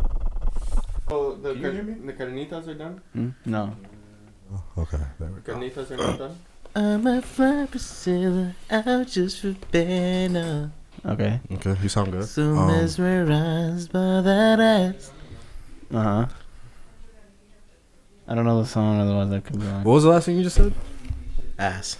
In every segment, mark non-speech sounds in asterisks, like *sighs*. So Oh, the Can you car- hear me? the carnitas are done. Hmm? No. Okay, there we go. Carnitas are not done. I'm a fly Priscilla out just for banner. Okay. Okay, you sound good. So Um, mesmerized by that ass. Uh huh. I don't know the song, otherwise I could be like, what was the last thing you just said? ass.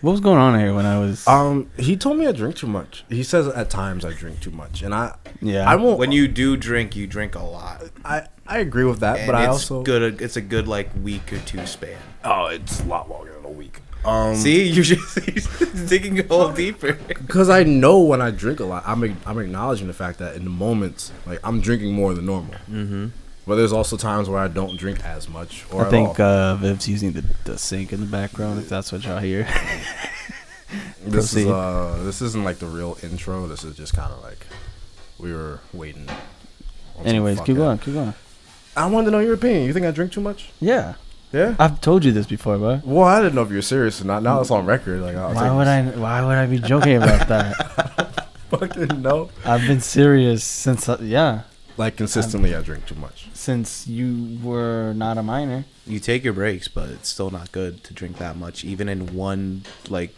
what was going on here when I was? Um, he told me I drink too much. He says at times I drink too much, and I yeah. I won't. When you do drink, you drink a lot. I I agree with that, And but I it's also good. It's a good like week or two span. oh, it's a lot longer than a week. Um, See, you're *laughs* just digging a hole deeper. because I know when I drink a lot, I'm ac- I'm acknowledging the fact that in the moments, like I'm drinking more than normal. Mm-hmm. But there's also times where I don't drink as much. Or I at think all. uh, Viv's using the, the sink in the background. If that's what y'all hear. this is proceed. uh this isn't like the real intro. This is just kind of like we were waiting. on *laughs* some Anyways, fuck keep up. going, keep going. I wanted to know your opinion. You think I drink too much? Yeah, Yeah. I've told you this before, bro. Well, I didn't know if you were serious or not. Now it's on record. Like, I'll Why would I? Why would I be joking about that? *laughs* fucking know? I've been serious since I, yeah, Like consistently, I drink too much. since you were not a minor. You take your breaks, but it's still not good to drink that much, even in one like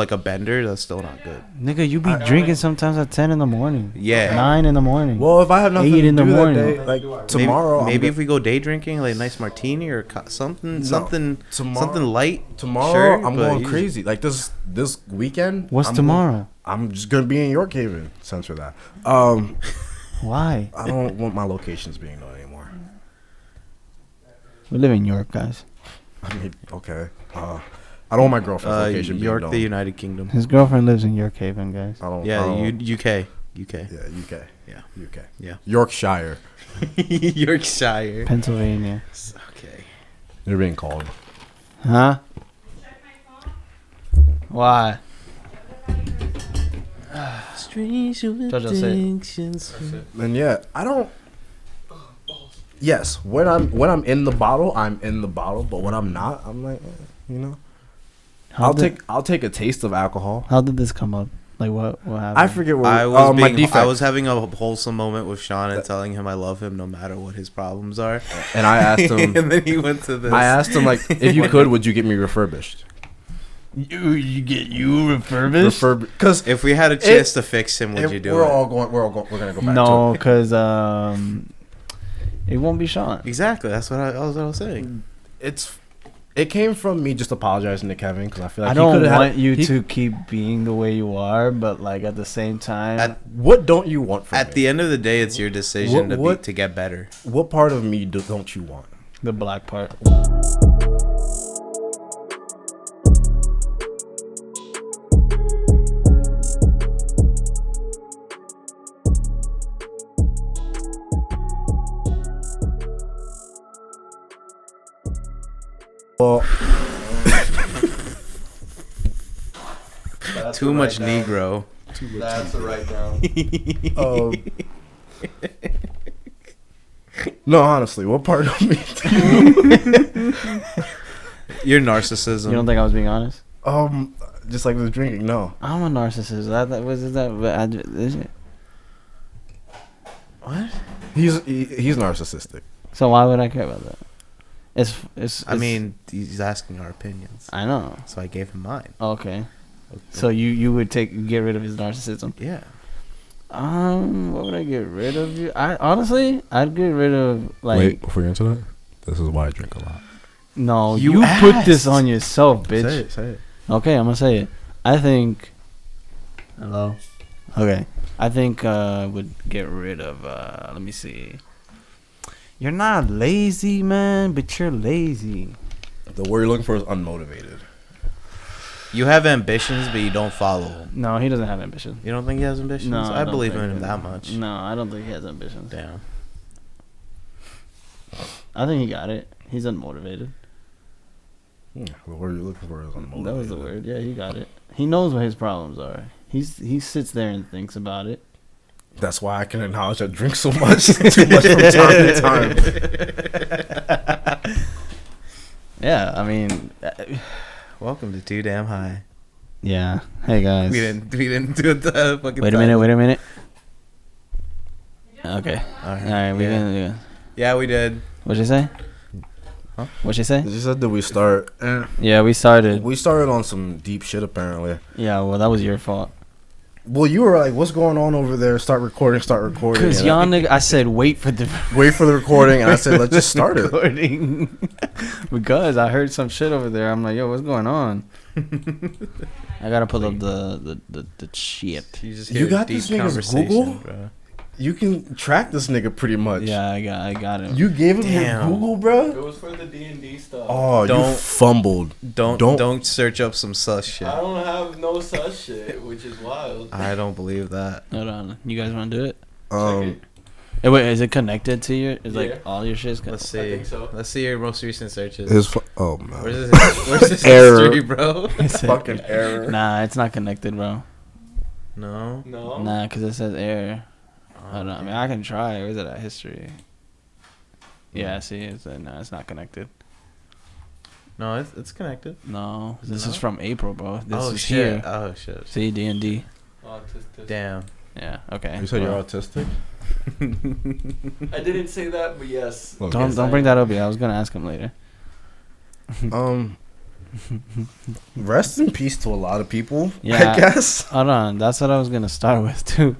like a bender. That's still not good. Nigga, you be drinking sometimes at ten in the morning. Yeah. nine in the morning. Well, if I have nothing Eight to in do the that morning. day, like tomorrow, I'm Maybe, maybe gonna- if we go day drinking, like a nice martini or co- something, No, something, tomorrow- something light. Tomorrow sure, I'm but going you- crazy. Like this this weekend. What's I'm tomorrow? Going, I'm just gonna be in York Haven. Censor that. Um, Why? I don't want my locations being known anymore. We live in Europe, guys. I mean, okay. Uh, I don't want my girlfriend's Uh, location being Oh, York, known. the United Kingdom. His girlfriend lives in York Haven, guys. I don't. I Yeah, don't- U- UK, UK, Yeah, UK. Yeah. UK. Yeah. Yorkshire. *laughs* Yorkshire. Pennsylvania. Okay. You're being called. Huh? Why? Jojo, say it. And yeah, I don't. Yes, when I'm when I'm in the bottle, I'm in the bottle. But when I'm not, I'm like, eh, you know, How I'll did, take I'll take a taste of alcohol. How did this come up? Like what? What happened? I forget what I was uh, my being, defect, I was having a wholesome moment with Sean and telling him I love him no matter what his problems are. and I *laughs* asked and him. then he went to this. I asked him like, if *laughs* you could, would you get me refurbished? You, you get you refurbished? Refurbished? Because if we had a chance to fix him, would you do we're it? all going. We're all going. We're gonna go back. no, To it. because um, it won't be Sean. exactly. That's what I, that was, what I was saying. It's it came from me just apologizing to Kevin because I feel like I he don't could've had- want you he- to keep being the way you are, but like at the same time, At- What don't you want from At me? the end of the day, it's your decision What- to what- be, to get better. What part of me do, don't you want? the black part. Well, Too much Negro. That's the right *laughs* now. Um, no, honestly, what part of me? Your You don't narcissism. think I was being honest? um, just like with drinking. No, I'm a narcissist. I, that was that. I, is it? What? he's he, he's narcissistic. So why would I care about that? It's it's. I it's- mean, he's asking our opinions, I know. so I gave him mine. Okay. So you you would take get rid of his narcissism. Yeah. Um, what would I get rid of? You? I honestly, I'd get rid of like. before you answer that, this is why I drink a lot. No, You you, put this asked. on yourself, bitch. Say it. Say it. Okay, I'm gonna say it. I think. Hello. Okay, I think uh would get rid of. uh Let me see. You're not lazy, man, but you're lazy. The word you're looking for is unmotivated. You have ambitions, but you don't follow them. No, he doesn't have ambition. You don't think he has ambitions? No, I, don't believe think in him he- that much. No, I don't think he has ambitions. Damn. I think he got it. He's unmotivated. Yeah, Hmm, the word you're looking for is unmotivated. That was the word. Yeah, he got it. He knows what his problems are. He's he sits there and thinks about it. That's why I can acknowledge I drink so much, *laughs* too much from time to *laughs* time. Yeah, I mean, uh, Welcome to Too Damn High. yeah. Hey guys. We didn't. We didn't do the fucking. Wait a minute. Wait a minute. Okay. All All right. We yeah. gonna. yeah. Yeah, we did. What'd you say? Huh? What'd you say? You said that we start. eh. Yeah, we started. We started on some deep shit apparently. Yeah, well, that was your fault. Well, you were like, "What's going on over there? Start recording. Start recording." Cause And I- y'all nigga, I said wait for the wait for the recording, and I said, "Let's *laughs* just start *laughs* it." recording because I heard some shit over there. I'm like, yo, what's going on? I gotta pull up the the the, the shit. You, just You hear a got deep this nigga's conversation, Google? bro. You can track this nigga pretty much. Yeah, I got I got it. You gave him Damn. your Google, bro. It was for the D and D stuff. Oh, you Don't- fumbled. Don't, Don't- don't search up some sus shit. I don't have no such shit, which is wild. I don't believe that. Hold on, you guys wanna do it? Um, Eh, wait, is it connected to your? Is like Yeah. all your shit's connected? Let's *laughs* see. think so. Let's see your most recent searches. his fu- oh man, where's this, where's this Error. history, *laughs* bro? fucking error. Nah, it's not connected, bro. No. Oh. No. Nah, cause it says error. Oh, Hold on, I mean I can try. Where's it at history? Yeah, see, it's uh, no, it's not connected. No, it's, it's connected. No, Is it this is not? from April, bro. This oh is shit. here. Oh shit. See D and D. Autistic. Damn. Yeah. Okay. You said you're autistic. I didn't say that, but yes. Look. Don't Yes, don't I bring am. that up yet. I was gonna ask him later. Um, rest in peace to a lot of people. Yeah. I guess. Hold on. That's what I was gonna start *laughs* with too.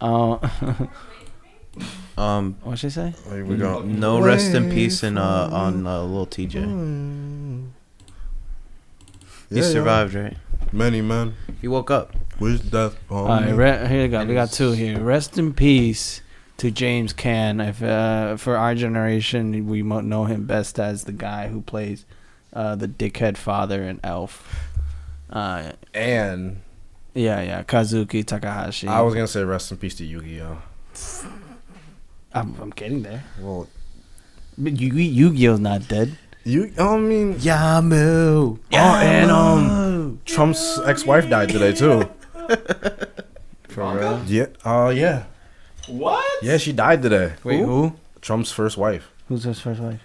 Um, Um, what she say? Like, we got no rest in peace in uh on uh, little TJ. Mm. He Yeah, yeah. survived, right? Many men He woke up. with death. All right. Re- here we go. It We got is- two here. Rest in peace to James Can. If uh, for our generation, we mo- know him best as the guy who plays uh, the dickhead father in Elf. Uh, and yeah, yeah. Kazuki Takahashi. I was gonna say rest in peace to Yu-Gi-Oh. I'm, I'm getting there. Well, But Yu Yu Gi Oh's not dead. you. I mean, Yamu. Oh, and um, Trump's ex-wife died today too. For real? Yeah. Uh, yeah. What? Yeah, she died today. Wait, who? Trump's first wife. Who's his first wife?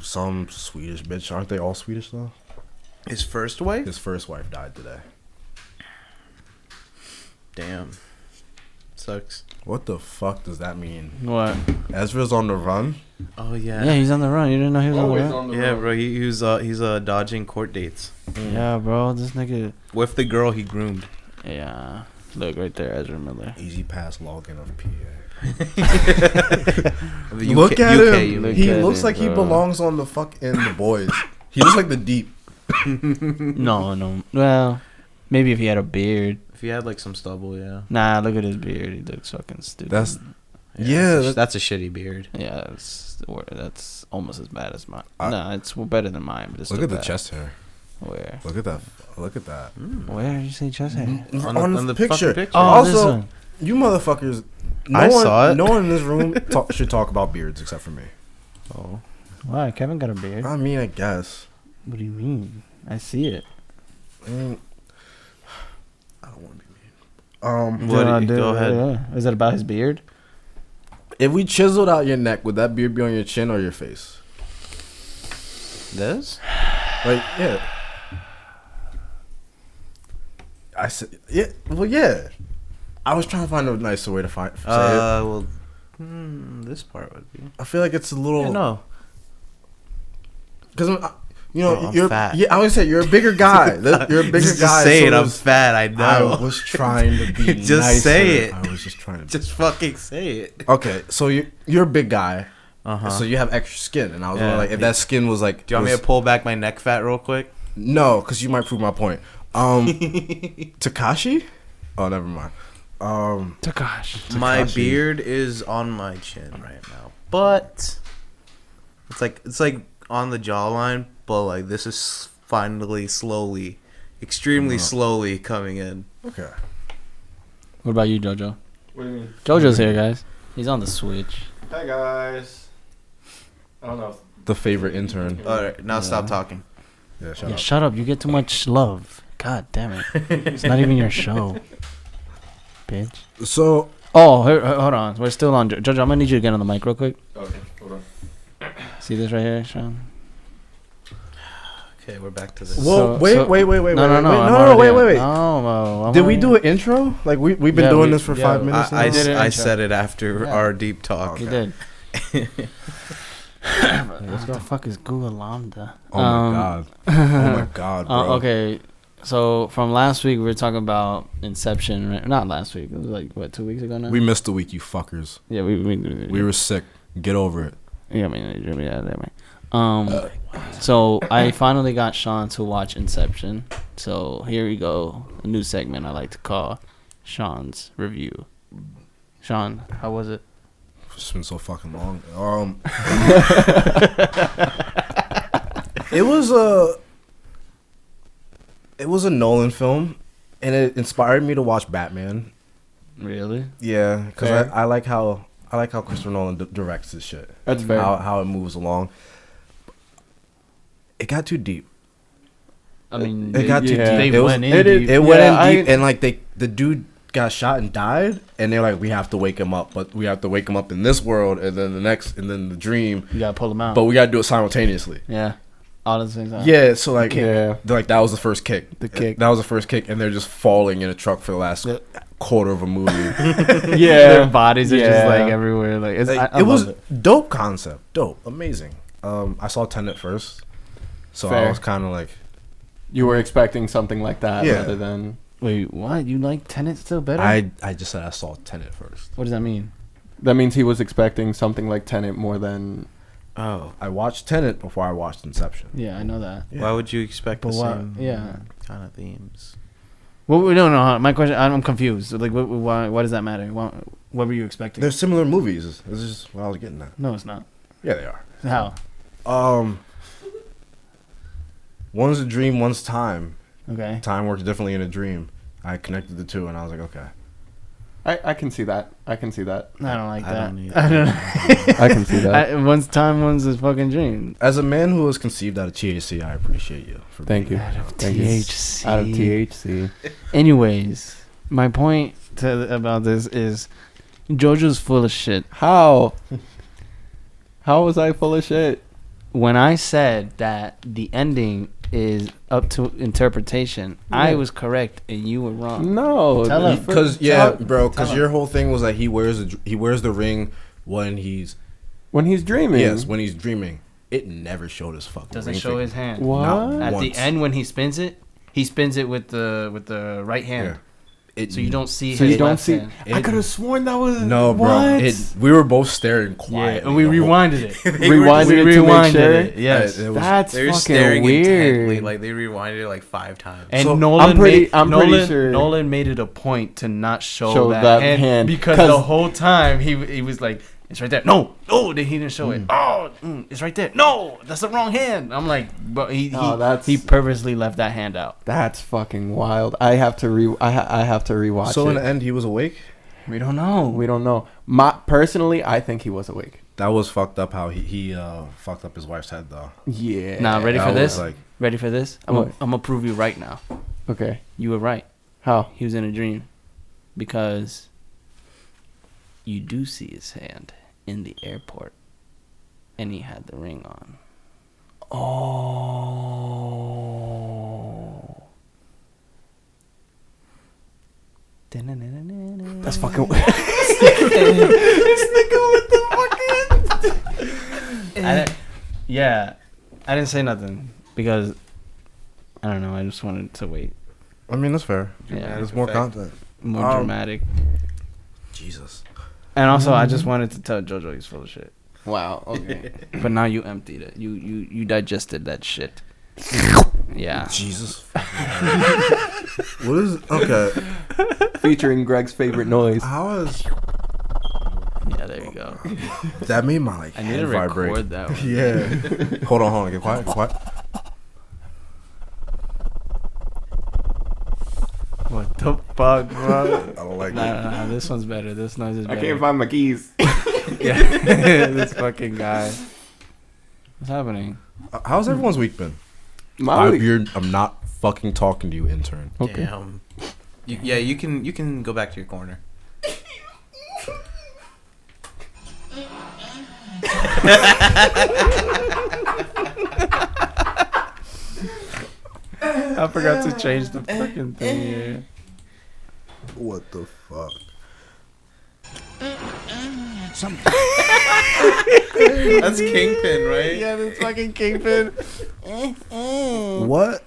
Some Swedish bitch. Aren't they all Swedish though? His first wife. His first wife died today. Damn. Sucks. What the fuck does that mean? What? Ezra's on the run. Oh Yeah, he's on the run. You didn't know he Oh, was Always on the run. on the Yeah, road. bro. He, he was uh, he's uh, dodging court dates Yeah, bro. This nigga. with the girl he groomed. Yeah. Look right there, Ezra *laughs* Miller. Easy pass login of PA. Of the Look UK at UK, him. look he at looks him, like he bro. belongs on the fuck in the boys. he looks like the deep. no, no. Well, maybe if he had a beard. If he had like some stubble, yeah. Nah, look at his beard. He looks fucking stupid. That's Yeah, Yeah, that's, a, that- sh- that's a shitty beard. yeah. That's wor- that's almost as bad as mine. I- nah, it's w- better than mine. But it's look still at the bad. chest hair. Where? Look at that. Look at that. Where did you say chest hair? On, the- the, on the fucking picture. picture. Oh, Mm-hmm. also, this one. you motherfuckers. No I one, saw it. No one in this room *laughs* talk, should talk about beards except for me. Oh, Why? Kevin got a beard. I mean, I guess. What do you mean? I see it. I mean, *sighs* I don't want to be mean. Um, What do you- go ahead. yeah. Is it about his beard? if we chiseled out your neck, would that beard be on your chin or your face? this? Like, yeah. I said, yeah. Well, yeah. I was trying to find a nicer way to find. Say it. Uh, well, hmm, this part would be. I feel like it's a little. Yeah, no, Because you know, Bro, I'm you're fat. yeah. I was say you're a bigger *laughs* *laughs* guy. The- you're a bigger just guy. say so it. I'm was- fat. I know. I was trying to be. *laughs* Just nicer. say it. *laughs* I was just trying to. Be. just fucking say it. Okay, so you you're a big guy, Uh huh. so you have extra skin, and I was wondering Yeah. like if that skin was like. Do you want me was- to pull back my neck fat *laughs* real quick? No, because you might prove my point. Um, *laughs* Takashi. Oh, never mind. Um, Takash. My Takashi. beard is on my chin right now, but it's like it's like on the jawline, but like this is finally slowly, extremely slowly coming in. okay. What about you, Jojo? What do you mean? Jojo's here, guys. He's on the Switch. Hi guys. I don't know. The favorite intern. All right, now stop Yeah. talking. Yeah, shut yeah, up. shut up. You get too much love. God damn it. it's not even your *laughs* show, bitch. So Oh, h- h- hold on. We're still on. Jo- Jojo, I'm going to need you to get on the mic real quick. Okay, hold on. See this right here, Sean? Okay, we're back to this. Whoa. Well, wait, wait, wait, wait, no, wait, no, no, wait, I'm no, no, already wait, at- wait, wait. No, no, I'm Did we already do at- an intro? Like we we've been Yeah, we- doing this for yeah, five we- minutes. I, I, now? did an I intro. said it after Yeah. our deep talk. *laughs* You did. what the fuck is Google Lambda? oh my Um, *laughs* god. Oh *laughs* my god, bro. Uh, okay, so from last week we were talking about Inception. Right? Not last week. It was like what two weeks ago now. We missed a week, you fuckers. yeah we we, We were sick. Get over it. yeah I mean yeah, yeah, yeah, yeah. Um, so *coughs* I finally got Sean to watch Inception. So here we go, a new segment I like to call Sean's review. Sean, how was it? It's been so fucking long. *laughs* Um, it was a, it was a Nolan film, and it inspired me to watch Batman. Really? Yeah, because Fair. I, I like how I like how Christopher Nolan d- directs his shit. That's fair. How how it moves along. It got too deep. I mean, It got too yeah. deep. They it was- went in it, deep. It went Yeah, in deep, I- and like they, the dude got shot and died, and they're like, we have to wake him up, but we have to wake him up in this world, and then the next, and then the dream, You gotta pull them out. but we gotta do it simultaneously. yeah, all those things. are- Yeah, so like, Yeah. they're like that was the first kick. The kick. That was the first kick, and they're just falling in a truck for the last Yeah. quarter of a *laughs* *laughs* *laughs* movie. Their bodies are just Yeah. like everywhere. Like it's, Like, I, I it was love it. dope concept, dope, amazing. Um, I saw Tenet first, so I Fair. was kind of like, You were expecting something like that Yeah. rather than Wait, what? You like Tenet still better? I I just said I saw Tenet first. what does that mean? that means he was expecting something like Tenet more than Oh, I watched Tenet before I watched Inception. Yeah, I know that. Yeah. why would you expect But the why- same yeah. kind of themes? Well, we don't know. My question. I'm confused. Like, what? Why? Why does that matter? What, what were you expecting? They're similar movies. This is just what I was getting at. no, it's not. Yeah, they are. How? Um, one's a dream, one's time. Okay. Time works differently in a dream. I connected the two, and I was like, okay. I, I can see that. I can see *laughs* that. I don't like I that. don't *laughs* either. I don't. I can see that. *laughs* I, one's time, one's a fucking dream. As a man who was conceived out of THC, I appreciate you. For Thank you. being- Thank you. THC. Out of THC. Anyways, my point to, about this is, JoJo's full of shit. *laughs* How? How was I full of shit? when I said that the ending is up to interpretation, I Yeah. Mm. was correct and you were wrong. No. Tell the him. fir- Because yeah, tell- bro. Because tell your whole thing was that he wears a, dr- he wears the ring when he's when he's dreaming. yes when he's dreaming. It never showed his fucking. Doesn't ring show finger. his hand. What? Not At once. the end when he spins it, he spins it with the with the right hand. Yeah. It, So you don't see Mm. So his you don't left see. hand. I It- could have sworn that was. No, bro. What? It, we were both staring Yeah, quiet. and we rewinded it. Rewinded we it to make rewinded sure. it. Yes. it was- That's They were fucking staring intently, weird. like they rewinded it like five times. *laughs* And So, Nolan, I'm pretty- made, I'm pretty Nolan, sure- Nolan made it a point to not show, Show that, that hand, hand, because 'cause- the whole time he he was like, "It's right there." No, no, then he didn't show it. Oh, mm, it's right there. No, that's the wrong hand. I'm like, but he Oh, he, that's- he purposely left that hand out. That's fucking wild. I have to re. I, ha- I have to rewatch so it. in the end, he was awake. We don't know. We don't know. My personally, I think he was awake. That was fucked up. How he he uh, fucked up his wife's head though. Yeah. Nah, ready That for was this? Like, Ready for this? I'm gonna What? I'm gonna prove you right now. Okay. You were right. How? He was in a dream because you do see his hand in the airport, and he had the ring on. Oh. That's That's fucking. yeah, I didn't say nothing because I don't know. I just wanted to wait. I mean, that's fair. Yeah, There's more Dramatic content. more Um, dramatic. Jesus. And also, I just wanted to tell JoJo he's full of shit. *laughs* wow. Okay. But now you emptied it. You you you digested that shit. Yeah. Jesus. *laughs* what is okay? Featuring Greg's favorite noise. How is Yeah. There you go. that made my like I need head to vibrate? record that. One. *laughs* Yeah. hold on, hold on. Get quiet. Get quiet. What the fuck, *laughs* bro? I don't like Nah, that. nah, nah, this one's better. This noise is better. find my keys. *laughs* yeah, this fucking guy. What's happening? Uh, How's everyone's week been? I, Molly. you're, I'm not fucking talking to you, intern. Okay. Damn. You, yeah, you can you can go back to *laughs* your corner. I forgot to change the fucking thing here. What the *laughs* fuck? That's Kingpin, right? that's fucking *laughs* Kingpin. What?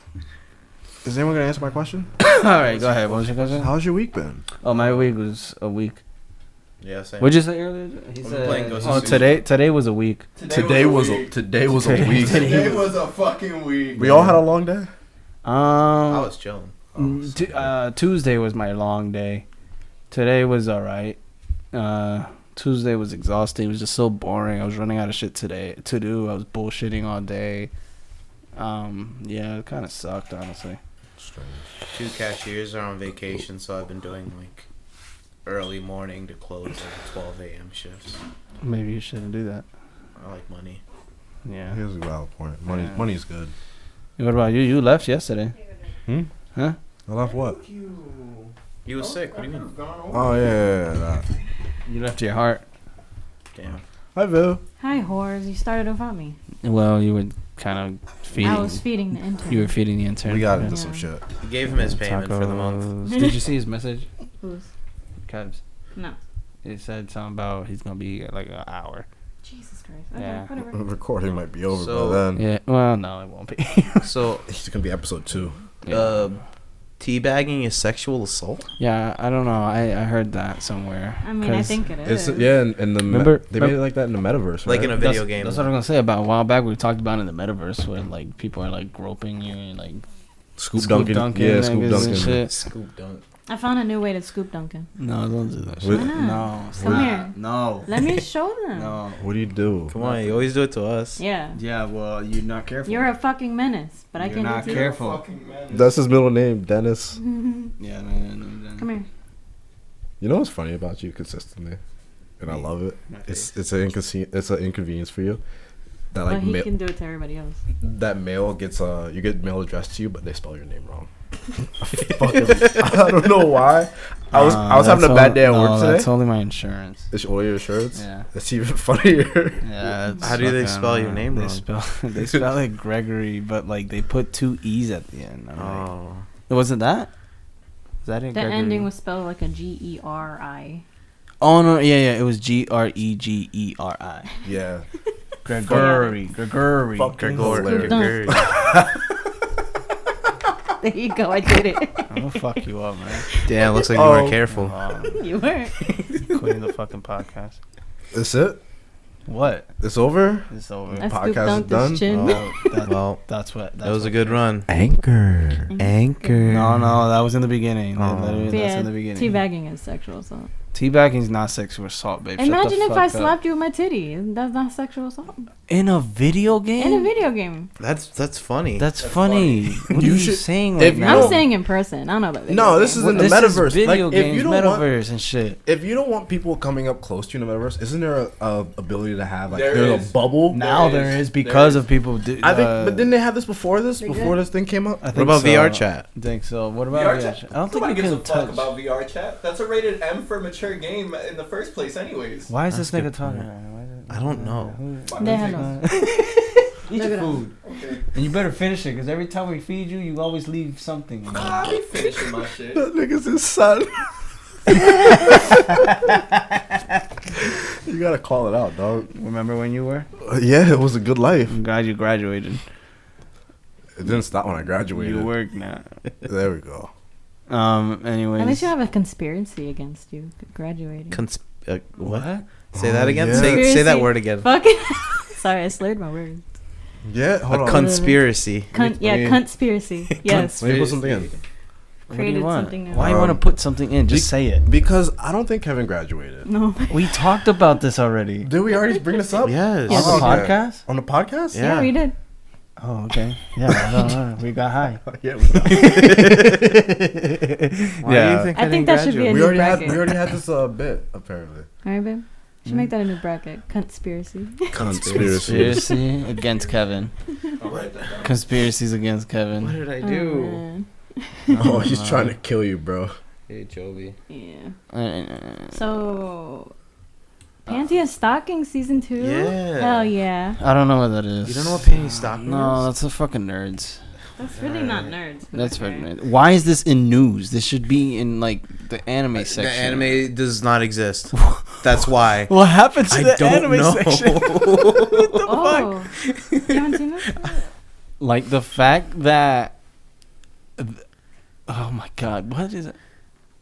Is anyone gonna answer my question? *laughs* All right, go ahead. What was your question? How's your week been? Oh, my week was a week. Yeah, same. What'd you say earlier? He I've been playing Ghost of oh, Tsushima. today today was a week. Today was a today was a week. Today was a fucking week. We all had a long day. I Um, was chilling. mm, t- uh, Tuesday was my long day. Today was all right. Uh, Tuesday was exhausting. It was just so boring. I was running out of shit today to do. I was bullshitting all day. Um, yeah, it kind of sucked, honestly. Two cashiers are on vacation, so I've been doing like early morning to close like 12 a.m. shifts. Maybe you shouldn't do that. I like money. Yeah. Here's a valid point. Money, Yeah. money's good. What about you? You left yesterday. I left what? You was sick. What do you mean? Oh yeah, yeah, yeah, yeah. You left your heart. Damn. Hi, Bill. Hi, whores. You started without me. Well, you were kind of feeding. I was feeding the intern. you were feeding the intern. We got into Yeah. some shit. You gave him his payment for the month. Did you see his message? Who's? Cubs. No. It said something about he's gonna be here like an hour. Jesus Christ. Okay, Yeah. whatever. *laughs* Recording might be over So- by then. Yeah. Well, no, it won't be. *laughs* So, It's gonna be episode two. uh, Um, teabagging is sexual assault? yeah, I don't know. I, I heard that somewhere. I mean, I 'Cause think it is. It's yeah, and, and the me- Remember- they made remember- it like that in the metaverse, Like right? in a that's, video game. That's what I'm gonna say about a while back. We talked about it in the metaverse where like people are like groping you and like scoop, scoop Duncan. dunking yeah, scoop niggas Duncan. and shit. Scoop dunk. I found a new way to scoop Duncan. No, don't do that. With- Why not? No, Come stop. here. No, *laughs* Let me show them. no. What do you do? Come on, you always do it to us. Yeah. Yeah, well, you're not careful. You're a fucking menace, but I You're can not do it to you. careful. That's his middle name, Dennis. Yeah, no, no, no, no. *laughs* Come here. You know what's funny about you consistently, and I love it. My It's it's an inconvenience. It's an inconvenience for you. That like but he ma- can do it to everybody else. that mail gets uh you get mail addressed to you, but they spell your name *laughs* wrong. Fucking, *laughs* I don't know why. I was I was Uh, having a that's bad on- day at no, work today. That's only my insurance. It's all your shirts. Yeah. It's even *laughs* funnier. Yeah. that's How do they fucking, spell your uh, name they wrong? *laughs* Spell, *laughs* they spell it Gregory, but like they put two e's at the end. I'm like, Oh. it wasn't that. Is that it? The Gregory? ending was spelled like a G E R I. *laughs* Oh no! Yeah, yeah. It was G R E G E R I. yeah. Gregory. Gregory. Fucking Gregor. hilarious. Gregor. There you go. I did it. *laughs* I'm gonna fuck you up, *laughs* man. *laughs* Damn, looks like you Oh. *laughs* weren't careful. Um, you weren't. quitting the fucking podcast. That's it. What? It's over. It's over. I scooped Podcast is dunked done? his Oh. *laughs* chin. Well, That- well, that's what. That's that was a what- good run. Anchor. *laughs* Anchor. No, no, that was in the beginning. That- Oh. that- But that's yeah, in the beginning. teabagging is sexual assault. Teabagging's not sexual assault, babe. Shut the Imagine if fuck I up. slapped you with my titty. Isn't- That's not sexual assault. in a video game. In a video game. That's that's funny. That's, funny. What You are you should- saying if right you now? I'm saying in person. I don't know about video No, this game. is in the this metaverse. Is video like, games, if you don't want, metaverse and shit. if you don't want people coming up close to you in the metaverse, isn't there a, a ability to have like There there's is. a bubble? Now there is, is- because there of people. Do, I think, uh, but didn't they have this before this? Before this thing came up? I think what about so. VR chat? I think so. What about VR VR, chat. chat? I don't Nobody think you gives a can touch. fuck about VR chat. That's a rated M for mature game in the first place, anyways. Why is That's this a good nigga talking? point. right now? Why is it- I don't know. Fuck. They had no- *laughs* Eat Look your it up. food, Okay. and you better finish it because every time we feed you, you always leave something. you know? Ah. Nah, I be finishing my *laughs* *laughs* shit. That nigga's his son. you gotta call it out, dog. Remember when you were? Uh, yeah, it was a good life. I'm glad you graduated. It didn't stop when I graduated. You work now. There we go. Um. Anyways. At least you have a conspiracy against you graduating. Cons- uh, what? what? Say that again. yeah. Say, say that Conspiracy. word again. Fucking. *laughs* Sorry, I slurred my words. Yeah, hold a on. conspiracy. Cunt, me- yeah, let me- conspiracy. Yes. Let me put something in. What do you Created want? something new. Why you want Um, to put something in? Just be- say it. Because I don't think Kevin graduated. *laughs* No. We talked about this already. Did we already bring this up? Yes. Yes. On the Okay. podcast? On the podcast? *laughs* Yeah. Yeah. we did. Oh, okay. Yeah, I don't *laughs* know. we got high. *laughs* yeah we, Why Yeah. do you think I I, didn't think that should be graduate? a- we already had bracket. we already had this uh, bit apparently. All right, babe. Should make that a new bracket. Conspiracy. Conspiracy. Conspiracy against Kevin. I'll write that down. Conspiracies against What Kevin. did I Oh, do? man. *laughs* oh, he's trying to kill you, bro. Hey, Joby. yeah. Uh, So, Panty and Stocking season two. Yeah. Hell yeah. I don't know what that is. You don't know what panty stocking No, is? that's a fucking nerds. That's really not nerds. but That's okay. right. Why is this in news? This should be in like the anime section. Uh, The anime does not *laughs* exist. That's why. What happened to I the don't anime know. section? Oh, you haven't seen this? like the fact that. Oh my god! What is it?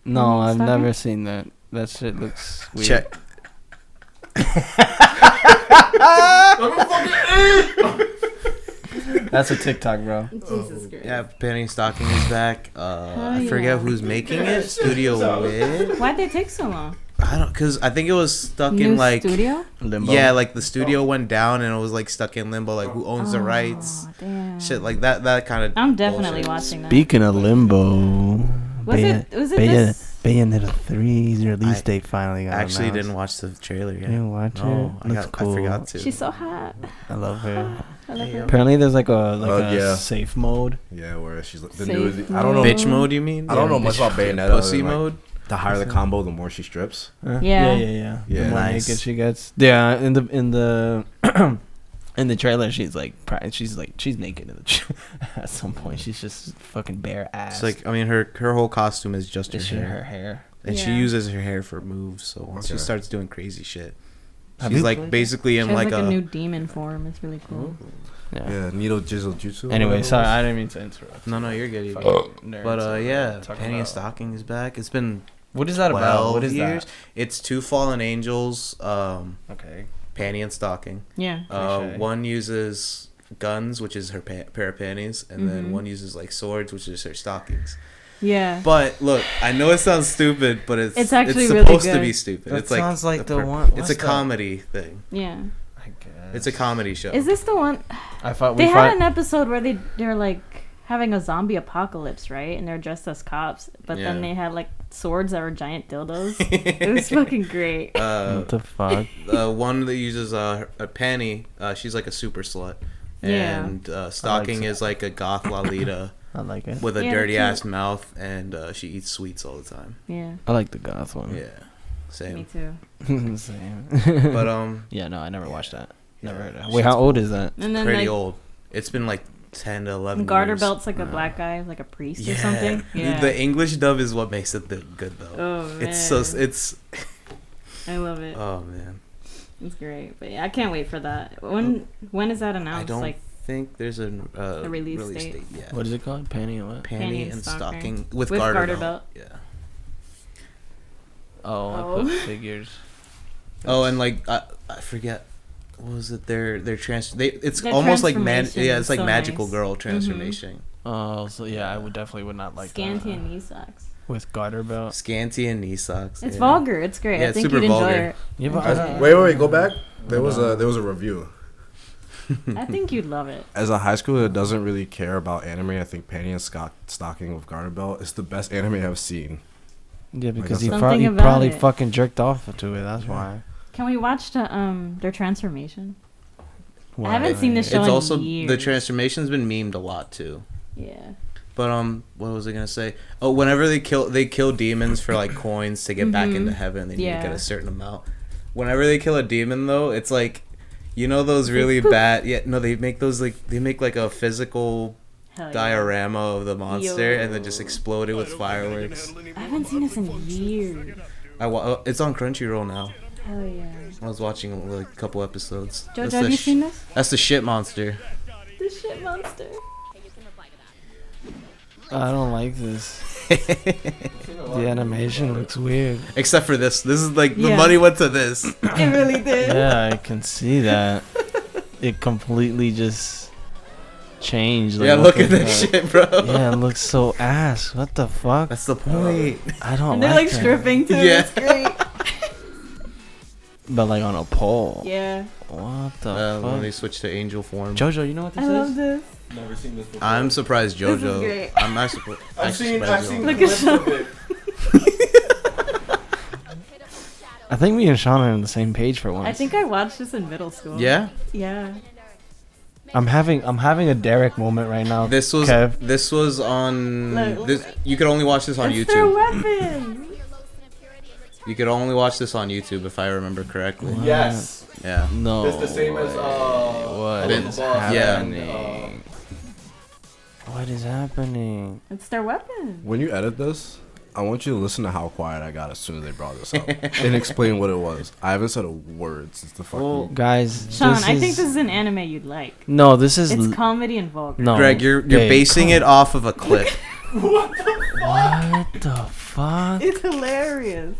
No, Almost I've Stalker? never seen that. That shit looks weird. Check. That's a TikTok, bro. Jesus Christ. Yeah, Penny Stocking is back. Uh, Hell I forget yeah. who's making it. Studio Wit. Why'd they take so long? I don't, cause I think it was stuck New in like. studio? Limbo. Yeah, like the studio went down and it was like stuck in limbo. Like who owns the rights? Oh, damn. Shit like that. That kind of. I'm definitely bullshit. watching that. Speaking of Limbo, Was it? Was it this? Bayonetta 3's release I date finally got I actually announced. didn't watch the trailer You yet. didn't watch No, it. I, Looks got, cool. I forgot to. She's so hot. I love her. I love her. Apparently, there's like a like Oh, a yeah. safe mode. Yeah, where she's like, the Safe new. I don't know. mode. Bitch mode, you mean? I don't know Yeah, much bitch- about Bayonetta. other Pussy than, like, mode. the higher the combo, the more she strips. Huh? yeah, Yeah. yeah. yeah. Yeah. the more Nice. naked she gets. Yeah, in the in the *clears throat* in the trailer, she's like, pri- she's like, she's naked. In the tr- *laughs* at some point, she's just fucking bare ass. It's like I mean her her whole costume is just her It's her hair, her hair. and she Yeah. uses her hair for moves. So once she Okay. starts doing crazy shit, Have she's you like played it? basically She in has like, like, a, a. new demon form. It's really cool. Yeah. Yeah, needle jizzle jutsu. Anyway, sorry, Uh, I didn't mean to interrupt. no, no, you're Oh, good. You're Fucking good. nerds But uh, over yeah, there talking Penny and about- Stocking is back. It's been What is that about? twelve What is years. that? It's two fallen angels, um, Okay. Panty and Stocking. Yeah. Uh, Touche. one uses guns, which is her pa- pair of panties, and Mhm. then one uses like swords, which is her stockings. Yeah. But look, I know it sounds stupid, but it's It's actually it's really supposed to good. be stupid. That it's like sounds like the pur- one- It's what's a that? comedy thing. yeah. I guess. It's a comedy show. Is this the one? I thought we They thought- had an episode where they they're like having a zombie apocalypse, right? And they're dressed as cops, but Yeah. then they had like swords that were giant *laughs* dildos. it was fucking great. *laughs* uh, What the fuck? the one that uses uh, a panty, uh, she's like a super slut. Yeah. And uh, Stocking that. is like a *laughs* goth Lolita I like it. with a Yeah, dirty cute. ass mouth, and uh, she eats sweets all the time. Yeah. I like the goth one. *laughs* Yeah, same. Me too. Same. But um, yeah, no, I never watched that. Never Yeah. heard of that. Wait, how old is that? And then pretty like old. It's been like ten to eleven. garter years. belts like a black guy, like a priest Yeah. or something. Yeah. The English dub is what makes it the good though. Oh, It's so man. it's I love it. oh man. It's great. But yeah, I can't wait for that. When when is that announced? Oh. I don't like think there's a, uh, A release date? yet. What is it called? Panty and what? Panty and, stalker. stocking with, With garter, garter belt. Yeah. Oh, I put figures. Oh, and like I, I forget, what was it their their trans? They it's Their almost like man. transformation Yeah, is it's like so magical nice. Mm-hmm. girl transformation. Oh, so yeah, I would definitely would not uh, like scanty that. and knee socks. With garter belt. Scanty and knee socks. It's yeah. vulgar. It's great. Yeah, I it's think super you'd enjoy vulgar. it. Yeah, but Uh, wait, wait, wait, go back. There was a there was a review. I think you'd love it. As a high schooler that doesn't really care about anime, I think Panty and Scott Stocking with Garter Belt is the best anime I've seen. Yeah, because he, Something prob- he about probably it. fucking jerked off to it. That's why. Can we watch the um their transformation? why. haven't seen this It's show in also the years. transformation's been memed a lot too. Yeah. But um, what was I gonna say? Oh, whenever they kill, they kill demons for like coins to get back into heaven. They need Mm-hmm. Yeah. to get a certain amount. Whenever they kill a demon, though, it's like, you know, *laughs* those really bad. Yeah, no, they make those like they make like a physical Hell Oh, yeah. diorama of the monster and then just Yo. explode it with fireworks. I haven't seen this in years. I wa- oh, it's on Crunchyroll now. Hell yeah. I was watching like a couple episodes. Jojo, the have you sh- seen this? That's the shit monster. *laughs* This shit *coughs* monster. I don't like this. The animation looks weird. Except for this. This is like the Yeah. money went to this. It really did. Yeah, I can see that. It completely just changed. like, yeah, look at the this fuck. shit, bro. Yeah, it looks so ass. What the fuck? That's the point. I don't like, And they're like that. stripping too. Yeah. It's great. *laughs* But like on a pole. Yeah. What the Uh, when they fuck? switch to angel form. Jojo, you know what this I love is? this. Never seen this before. I'm surprised This is JoJo. great. I'm actually. *laughs* I've seen I've seen Look at clips of Sean. it. I think me and Sean are on the same page for once. I think I watched this in middle school. Yeah, Yeah. I'm having I'm having a Derek moment right now. this was Kev. this was on. Look. This you could only watch this on it's their YouTube. weapon. You could only watch this on YouTube if I remember correctly. Yes. Yeah. no. It's the same as uh Oh, What Little is Boss happening? and, uh, What is happening? It's their weapon. When you edit this, I want you to listen to how quiet I got as soon as they brought this up and explain what it was. I haven't said a word since the fucking. Well, guys, Sean, this I think is- this is an anime you'd like. No, this is It's l- comedy and vulgar. no. Greg, you're you're babe, basing come it off of a clip. on. What the fuck? It's hilarious.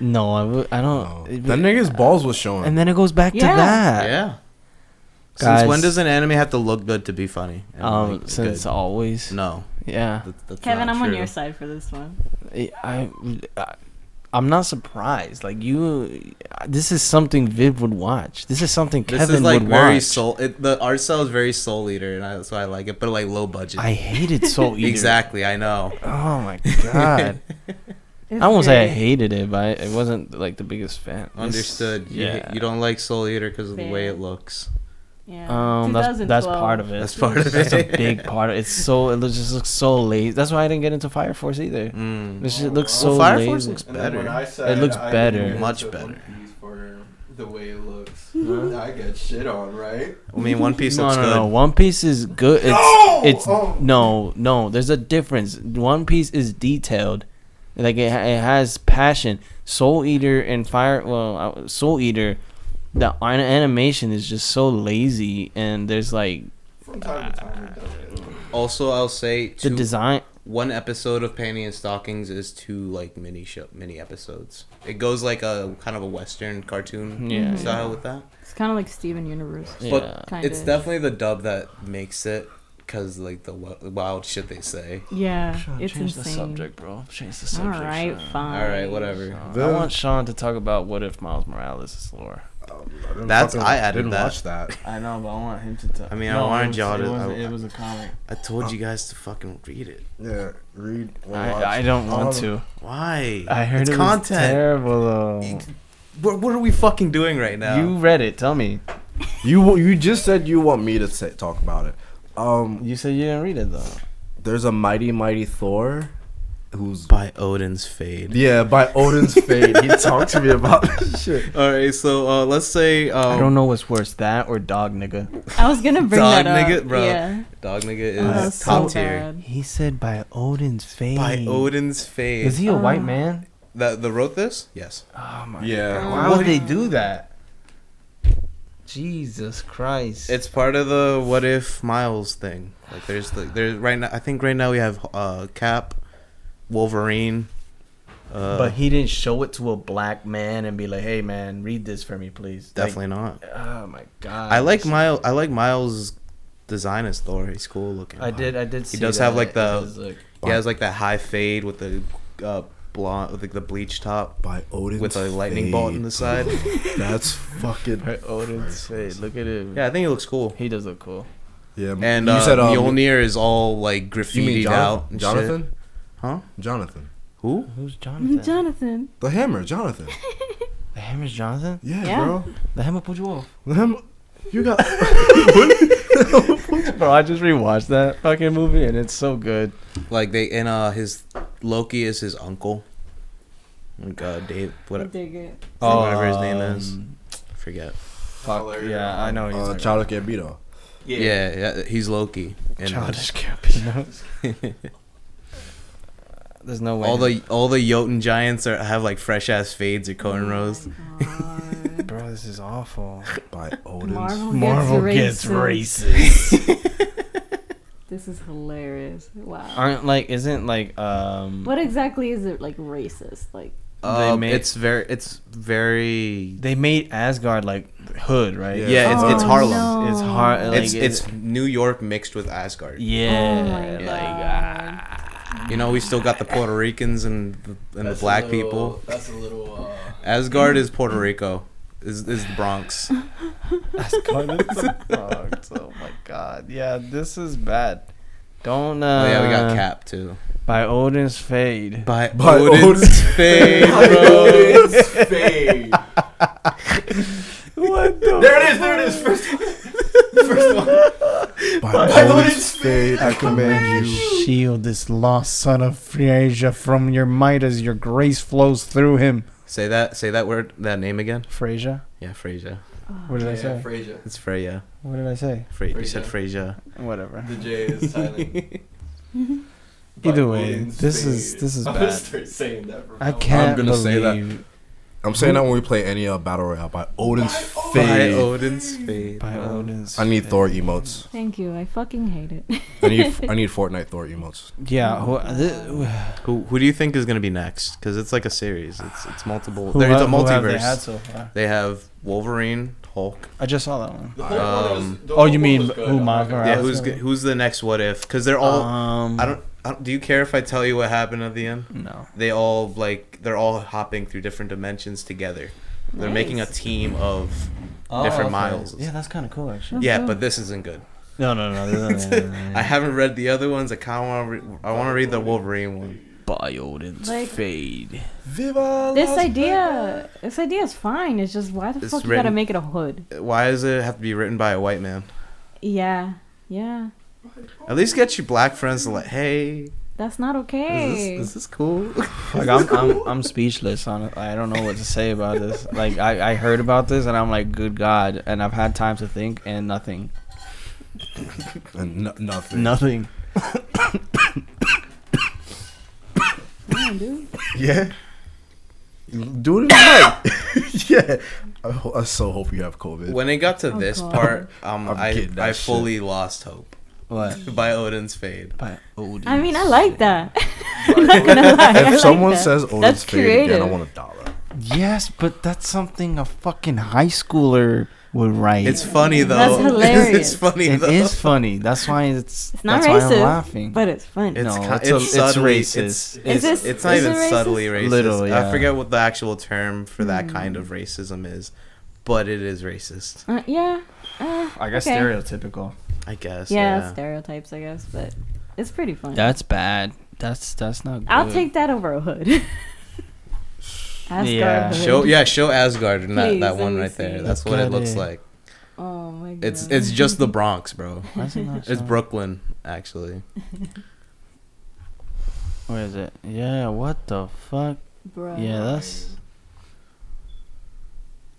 No, I w- I don't. Oh. it- that nigga's balls was showing. uh, and then it goes back Yeah. to that. yeah. Guys. Since when does an anime have to look good to be funny? And, Um, like, since good? always. no, Yeah. that- that's Kevin, not I'm on true. your side for this one. I, I, I'm not surprised. Like you, this is something Viv would watch. This is something This Kevin is like would very watch. soul. It, the art style is very Soul Eater, and I, that's why I like it. But like low budget. I hated *laughs* Soul Eater. exactly. I know. Oh my *laughs* god. I won't say I hated it, but I, I wasn't like the biggest fan. It's- *laughs* Understood. You, yeah. you don't like Soul Eater because of the way Fair. it looks. Yeah. Um, that's that's part of it. That's part of That's a it. *laughs* big part. Of, it's so it looks- just looks so lazy. That's why I didn't get into Fire Force either. Mm. This shit looks Well, so Fire lazy. Force looks And then when better. I said looks I better. didn't get Much into One better. Piece for the way it looks, I get shit on, right? I mean, One Piece no, looks no, good. no. One Piece is good. It's, No! it's Oh. no, no. There's a difference. One Piece is detailed, like it, ha- it has passion. Soul Eater and Fire, well, uh, Soul Eater, the an- animation is just so lazy, and there's like From time to time, it does it. Also, I'll say the two, design. one episode of Panty and Stockings is two like mini show, mini episodes. It goes like a kind of a Western cartoon Yeah, style with that. It's kind of like Steven Universe. Yeah. But Kinda. it's definitely the dub that makes it, cause like the wi- wild shit they say. Yeah, it's change insane. the subject, bro. Change the All subject. right, fine. All right, whatever. I want Sean to talk about what if Miles Morales is lore. didn't That's- I added didn't that. watch that. I know, but I want him to talk. I mean, I wanted y'all to- I- was a comic. I told you guys to fucking read it. Yeah, read. or watch. I, I don't want Um, to. Why? I heard it's it was content. terrible though. What, what are we fucking doing right now? You read it. Tell me. You you just said you want me to say, talk about it. Um, You said you didn't read it though. there's a mighty mighty Thor, who's by Odin's fade. yeah by *laughs* Odin's fate. he talked to me about this shit. All right, so uh, let's say um, I don't know what's worse, that or dog nigga. I was gonna bring Dog that up. nigga, bro. Yeah, Dog nigga Oh, that is was top so tier. bad. He said by Odin's fame. By Odin's fade. Is he a white Ah. man? that that wrote this? Yes. Oh my. Yeah, Why would they do that? Jesus Christ. It's part of the what if Miles thing. Like there's the there's right now I think right now we have uh Cap, Wolverine, uh but he didn't show it to a black man and be like, "Hey man, read this for me, please." Like, definitely not. oh my God. I like Miles I like Miles design as Thor. He's cool looking. I did. I did. See does have, that. like, the- It was, like- He has like that high fade with the uh blonde with like the bleach top by Odin's with a lightning bolt in the side. side. *laughs* That's fucking. By Odin's fate. Look at him. yeah, I think he looks cool. He does look cool. Yeah, And uh, um, Mjolnir is all like You mean graffitied Jonathan? out. and shit. Jonathan? Huh? Jonathan. Who? Who's Jonathan? Mm, Jonathan. The hammer, *laughs* Jonathan. the hammer's Jonathan. Yeah, Yeah. bro. The hammer pulled you off. The hammer. You *laughs* got. Uh, Bro, I just rewatched that fucking movie and it's so good. Like they and uh his Loki is his uncle. Like uh Dave I what, dig it. whatever his name is. Um, I forget. Fuck, yeah, I know. He's uh, like, Childish Gambino. Yeah, yeah, he's Loki. *laughs* And childish Gambino. There's no way. all the all the Jotun giants are have like fresh ass fades or Mm. cornrows. Oh *laughs* God. bro, Oh, this is awful. By Odin's. Marvel, gets, racist. This is hilarious. Wow. Aren't like isn't like um What exactly is it like racist? Like Um, made- it's very it's very they made Asgard like hood right? Yeah. yeah, it's, it's Oh, Harlem. no. Oh It's hard. It's- Like, it's it's New York mixed with Asgard. oh yeah. my like god. You know, we still got the Puerto Ricans and the, and the That's a black little- people. That's a little. *laughs* Uh, Asgard is Puerto Rico. Is is the *laughs* Bronx. Asgard is fucked. Oh my god. Yeah, this is bad. Don't uh Oh yeah, we got Cap too. by Odin's fade. By, By Odin's, Odin's *laughs* fade, bro. *laughs* Odin's fade. what the There it is. There it is. First *laughs* one. First one. By, *laughs* Odin's Odin's fate, I command you. Shield this lost son of Freyasia from your might as your grace flows through him. Say that. Say that word. That name again. Freyasia? Yeah, Freya. What did I Yeah, say? Frasier. It's Freya. What did I say? Fre- you said Freya. Whatever. The J is silent. Either But way, in this is- spades. this is I'm bad. gonna start saying that. From I now on. can't gonna believe say that. I'm saying that when we play any uh, battle royale by Odin's By Fade. Odin's fade. by Odin's. I need fate. Thor emotes. Thank you. I fucking hate it. I need I need Fortnite Thor emotes. Yeah, who, thi- Who who do you think is gonna be next? Because it's like a series. It's it's multiple. who There's a have- who have they had multiverse. so far? They have Wolverine, Hulk. I just saw that one. The whole one Um, was- the oh, whole you one mean was good. who, I'm not Mago, gonna- right? Yeah, was who's gonna- go- who's the next what if? Because they're all. um, I don't. I don't. Do you care if I tell you what happened at the end? No. They all like they're all hopping through different dimensions together. *laughs* They're making a Nice. team of different miles. Yeah, that's kind of cool, actually. That's Yeah, dope. but this isn't good. No, no, no. no, no, no, no, no. I haven't read the other ones. I kind of want to. Re- I want to read the Wolverine one. By Odin's Like- fade. Viva this idea, this idea is fine. It's just why the It's fuck you gotta written- make it a hood? Why does it have to be written by a white man? Yeah, yeah. At least get your black friends to like, hey, That's not is okay. this, is this cool? *laughs* Like I'm, I'm, I'm speechless. On it. I don't know what to say about *laughs* this. Like I, I heard about this and I'm like, good God. And I've had time to think and nothing, and no, *laughs* nothing. nothing. Come on, dude. Yeah. Do it in right. *laughs* yeah. I, ho- I so hope you have COVID. when it got to Oh, this God. part, um, I'm I getting that I shit. fully lost hope *laughs* What? by Odin's Fade. By oh, Odin's I mean, I like fade. *laughs* that. *laughs* I'm not gonna lie. I if like someone that. says "Oh, Odin's That's Fade again, I creative. want a dollar. Yes, but that's something a fucking high schooler would write. It's funny though. *laughs* That's it's hilarious. funny It though. is funny. That's why it's. It's not that's Why racist, I'm laughing. but it's fun. It's no, ki- it's, a- it's it's subtly- racist. it's- Is It's- this- It's not is even it racist? Hmm. subtly racist. Little, yeah. I forget what the actual term for that kind of racism is, but it is racist. Uh, yeah. Uh, I guess okay. stereotypical. I guess. Yeah, Yeah. stereotypes, I guess, but it's pretty fun. That's bad. That's that's not. Good. I'll take that over a hood. *laughs* Asgard Yeah. hood. Show yeah, show Asgard in that, Please, that let one me right there. see. That's what it looks Asgard. like. Oh my god. It's it's just the Bronx, bro. Why is it not *laughs* It's showing? Brooklyn, actually. Where is it? Yeah. What the fuck? Bruh, Yeah. That's.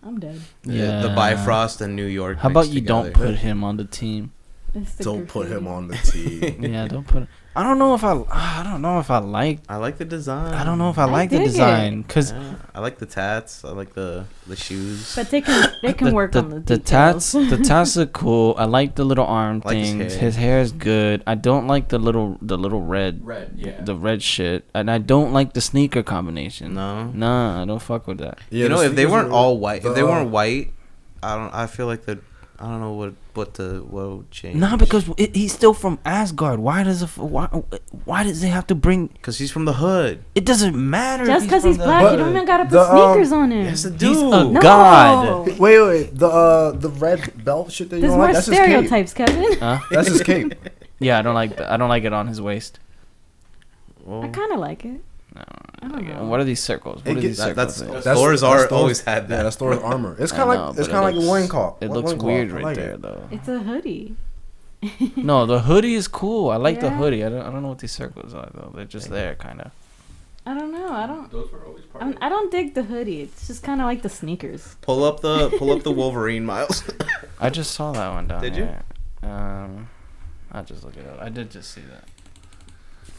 I'm dead. Yeah. The Bifrost and New York. How about mixed you don't together. put him on the team? It's the Don't put him graffiti. on the *laughs* team. Yeah, don't put. I don't know if I. I don't know if I like. I like the design. I don't know if I I like the dig it. design because Yeah, I like the tats. I like the the shoes. But they can they can work on the, the tats. details. *laughs* The tats are cool. I like the little arm I like his things. his, hair. hair. is good. I don't like the little the little red Red, yeah. the red shit, and I don't like the sneaker combination. no. Nah, I don't fuck with that. Yeah, you know, the if they sneakers weren't are- all white, if they the- uh, weren't white, I don't. I feel like the. I don't know what what the what would change. Nah, because it, he's still from Asgard. Why does it? f- Why why does it have to bring? because he's from the hood. It doesn't matter. if just because from he's the black, you hood. don't even gotta put The, um, sneakers on him. Yes, I He's do. a no. god. Wait, wait, wait. The uh, the red belt shit that you There's don't more like. That's his cape. stereotypes, *laughs* Kevin. Huh? That's his *laughs* cape. Yeah, I don't like. th- I don't like it on his waist. I kind of like it. I don't know. What are these circles? What It are gets- these That- circles? that's, things? that's That's- Thor's that's art Thor's- always had Yeah, that. that's Thor's armor. *laughs* It's I kind of know, like but it's it kind of like looks- a loin cloth. It Loin- looks loin cloth. weird I right like there, it. though. *laughs* It's a hoodie. No, the hoodie is cool. I like the Yeah. hoodie. I don't, I don't know what these circles are though. They're just there, kind of. I don't know. I don't. Those were always part I'm, of I don't dig the hoodie. It's just kind of like the sneakers. Pull up the pull up the Wolverine *laughs* Miles. I just saw that one down Did you? here. Um, I just look it up. I did just see that.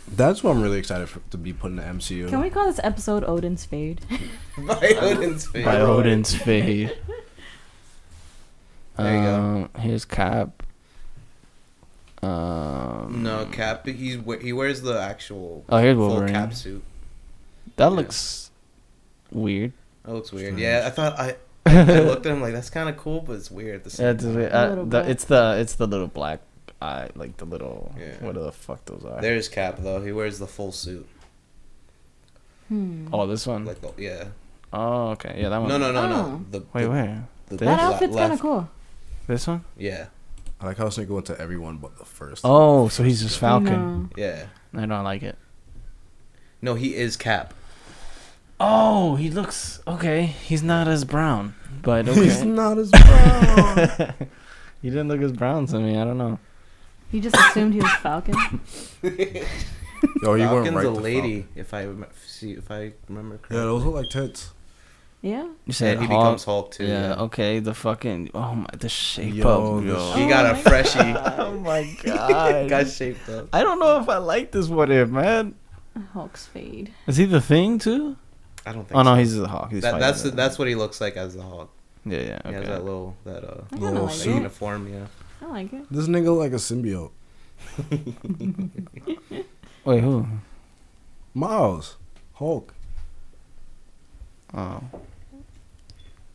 That's what I'm really excited for, to be put in the MCU. Can we call this episode Odin's Fade? *laughs* By Odin's face. By By Odin's *laughs* Odin's fade. There you go. um, Here's Cap. Um, No cap. He's we- he wears the actual Oh, here's full Wolverine. cap suit. That yeah. looks weird. That looks weird. Strange. Yeah, I *laughs* thought I. I looked at him like that's kind of cool, but it's weird at the Yeah, same it's, time. weird. A Uh, little the- black. it's the it's the little black eye, like the little Yeah. what the fuck those are. There's Cap though. He wears the full suit. Hmm. oh, this one. Like the, yeah. oh, okay, yeah, that one. No, no no no. Oh. The, Wait, the- where? the This? That la- outfit's kind of left- cool. This one? Yeah, I like how Sneaker went to everyone but the first. Oh, so he's just I Falcon. know. yeah. I don't like it. No, he is Cap. Oh, he looks okay. He's not as brown, but *laughs* He's okay. not *laughs* as brown. *laughs* he didn't look as brown to me. I don't know. You just assumed he was Falcon. *laughs* Yo, you Falcon's weren't right. to a lady, Falcon. if I rem- see if I remember Yeah, correctly. those look like tits. Yeah. You And said he Hulk. becomes Hulk too. yeah, Okay. The fucking. Oh my. The shape Yo, up. the Yo. He got a *laughs* freshie. Oh *laughs* my god. Got shaped up. I don't know if I like this what if, man. Hulk's fade. Is he the thing too? I don't think. Oh no, so. he's the hawk. He's That, fighting that's the- that's what he looks like as the Hulk. yeah, yeah. He has Okay. that little that uh I kinda little like it. uniform. Yeah. I like it. This nigga look like a symbiote. Wait, who? Miles, Hulk. Oh.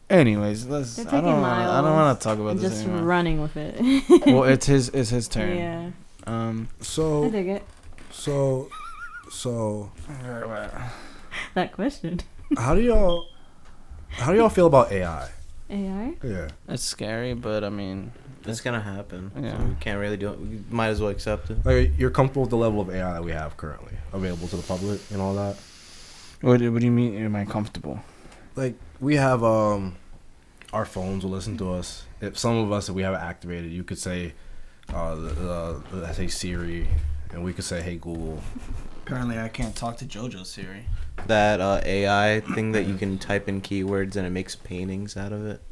Anyways, let's. They're I don't. taking Wanna, I don't Miles want to talk about I'm this just anymore. running with it. Well, *laughs* it's his. It's his turn. yeah. Um. I So dig it. so so That question. how do y'all how do y'all feel about AI? AI? Yeah. It's scary, but I mean, It's gonna happen. Yeah. So we can't really do it. We might as well accept it. Like you're comfortable with the level of AI that we have currently available to the public and all that? what, do- what do you mean? Am I comfortable? Like we have um our phones will listen to us. If some of us if we have it activated, you could say uh the, the, let's say Siri and we could say hey Google. Apparently, I can't talk to JoJo Siri. That uh, AI thing that you can type in keywords and it makes paintings out of it.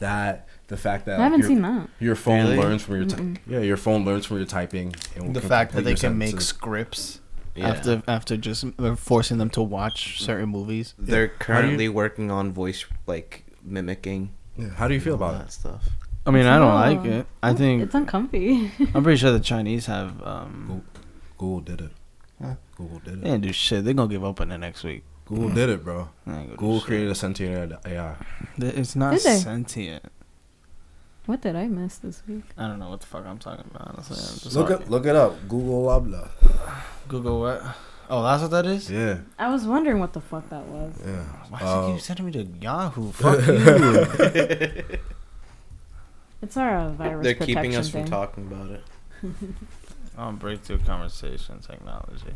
That the fact that I haven't your, seen that. your phone Really? learns from your Mm-mm. ty- yeah your phone learns from your typing and will The can fact that they complete your can make sentences. scripts Yeah. after after just uh, forcing them to watch certain movies. They're currently working on voice like mimicking. Yeah, how do you feel all about it? *laughs* that stuff? *laughs* I mean, It's I don't not- like it. I think It's uncomfy. I'm pretty sure the Chinese have. Um, Google did it. Huh? Google did they it. didn't do shit. They're gonna give up on the next week. Google did it, bro. They ain't gonna do Google shit. created a sentient AI. Th- It's not Did they? sentient. *laughs* what did I miss this week? I don't know what the fuck I'm talking about. Honestly, I'm just Look talking. it, look it up. Google Lobla. Google what? Oh, that's what that is. Yeah, I was wondering what the fuck that was. yeah. Why Uh, does you keep sending me to Yahoo? Fuck you. It's our uh, virus They're protection keeping us thing. from talking about it. On breakthrough conversation technology.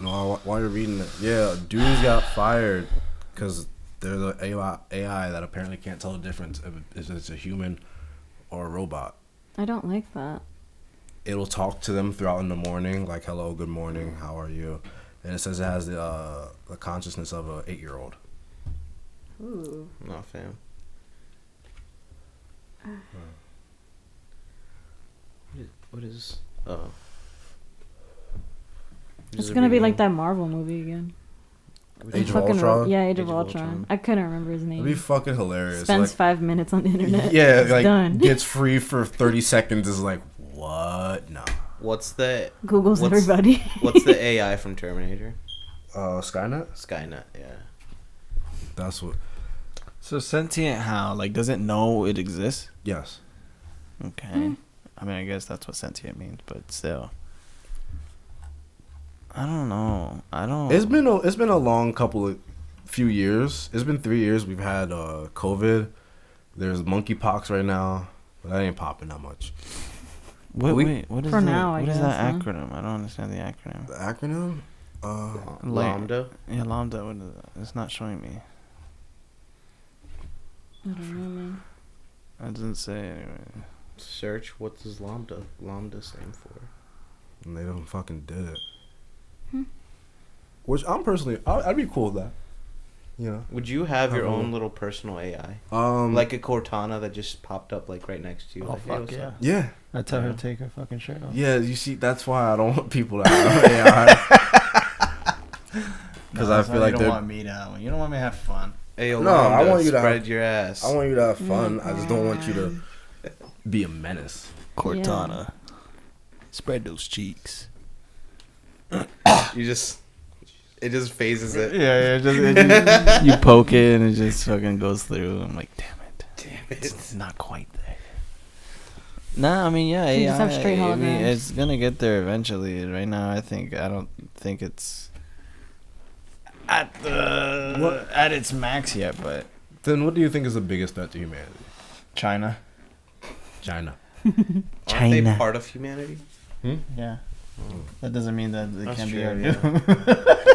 No, wh- while you're reading it, yeah, dudes got fired because there's an AI, AI that apparently can't tell the difference if it- if it's a human or a robot. I don't like that. It'll talk to them throughout in the morning, like "Hello, good morning, how are you," and it says it has the uh, the consciousness of a eight year old. Ooh. No, *sighs* fam. What is? Oh. It's gonna be like that Marvel movie again. Age of Fucking Ro- Ultron. yeah, Age, Age of of Ultron. Ultron. I couldn't remember his It'd be name. fucking hilarious. Spends like- five minutes on the internet. *laughs* Yeah, it's like done. gets free for thirty seconds is like what? No. What's the *laughs* Google's what's- everybody. What's the AI from Terminator? Uh, Skynet. Skynet. Yeah. That's what. So sentient how? Like does it know it exists? Yes. Okay. I mean I guess that's what sentient means, but still. I don't know. I don't It's been a, it's been a long couple of few years. It's been three years. We've had uh COVID. There's monkeypox right now. But that ain't popping that much. wait, we- wait, what is For that? now, I what is guess, that huh? acronym? I don't understand the acronym. The acronym. Uh, Like- Lambda. Yeah, lambda. What is that? It's not showing me. *laughs* I don't know, man. It doesn't say anyway. Search. What does lambda? Lambda stand for? and they don't fucking did it. Which I'm personally, I, I'd be cool with that. You know. Would you have your Probably. own little personal AI, Um. like a Cortana that just popped up like right next to you? Oh, like, hey, fuck what's yeah. up? Yeah. I tell her her to to take her fucking shirt off. Yeah, you see, that's why I don't want people to *laughs* have AI. Because I feel you like don't they're. want me to have one. You don't want me to have fun. Hey, yo, No, I lambda, want you to- spread your ass. I want you to have fun. I just don't want you to be a menace. Cortana. Spread those cheeks. you just. It just phases it. Yeah, yeah. Just, you poke it and it just fucking goes through. I'm like, damn it, Damn it's not quite there. Nah, I mean, yeah, So you just have AI, straight I mean, holograms. it's gonna get there eventually. Right now, I think I don't think it's at the at its max yet, but Then what do you think is the biggest threat to humanity? China. China. Aren't they China. part of humanity? Hmm? Yeah. That doesn't mean that they That's can't true, be. already- yeah.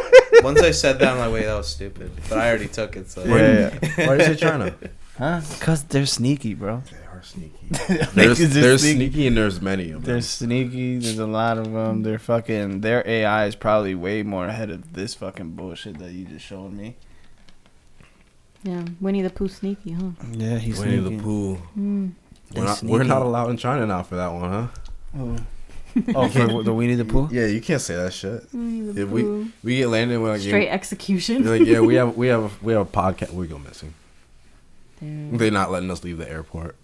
*laughs* Once I said that, I'm like, wait, that was stupid. But I already took it, so. Why do you say China? Huh? cause they're sneaky, bro. *laughs* They are sneaky. They're There's, just there's sneaky. sneaky and there's many of them. They're sneaky. There's a lot of them. They're fucking. Their AI is probably way more ahead of this fucking bullshit that you just showed me. Yeah, Winnie the Pooh sneaky, huh? Yeah, he's Winnie the sneaky. Pooh. Mm. We're not, They're we're not sneaky. allowed in China now for that one, huh? Oh, for the Winnie the Pooh. Yeah, you can't say that shit. Winnie the If we- Pooh. We get landed with like, Straight you- execution. they're like, yeah, we have we have we have a podcast. We go missing. Dude. They're not letting us leave the airport.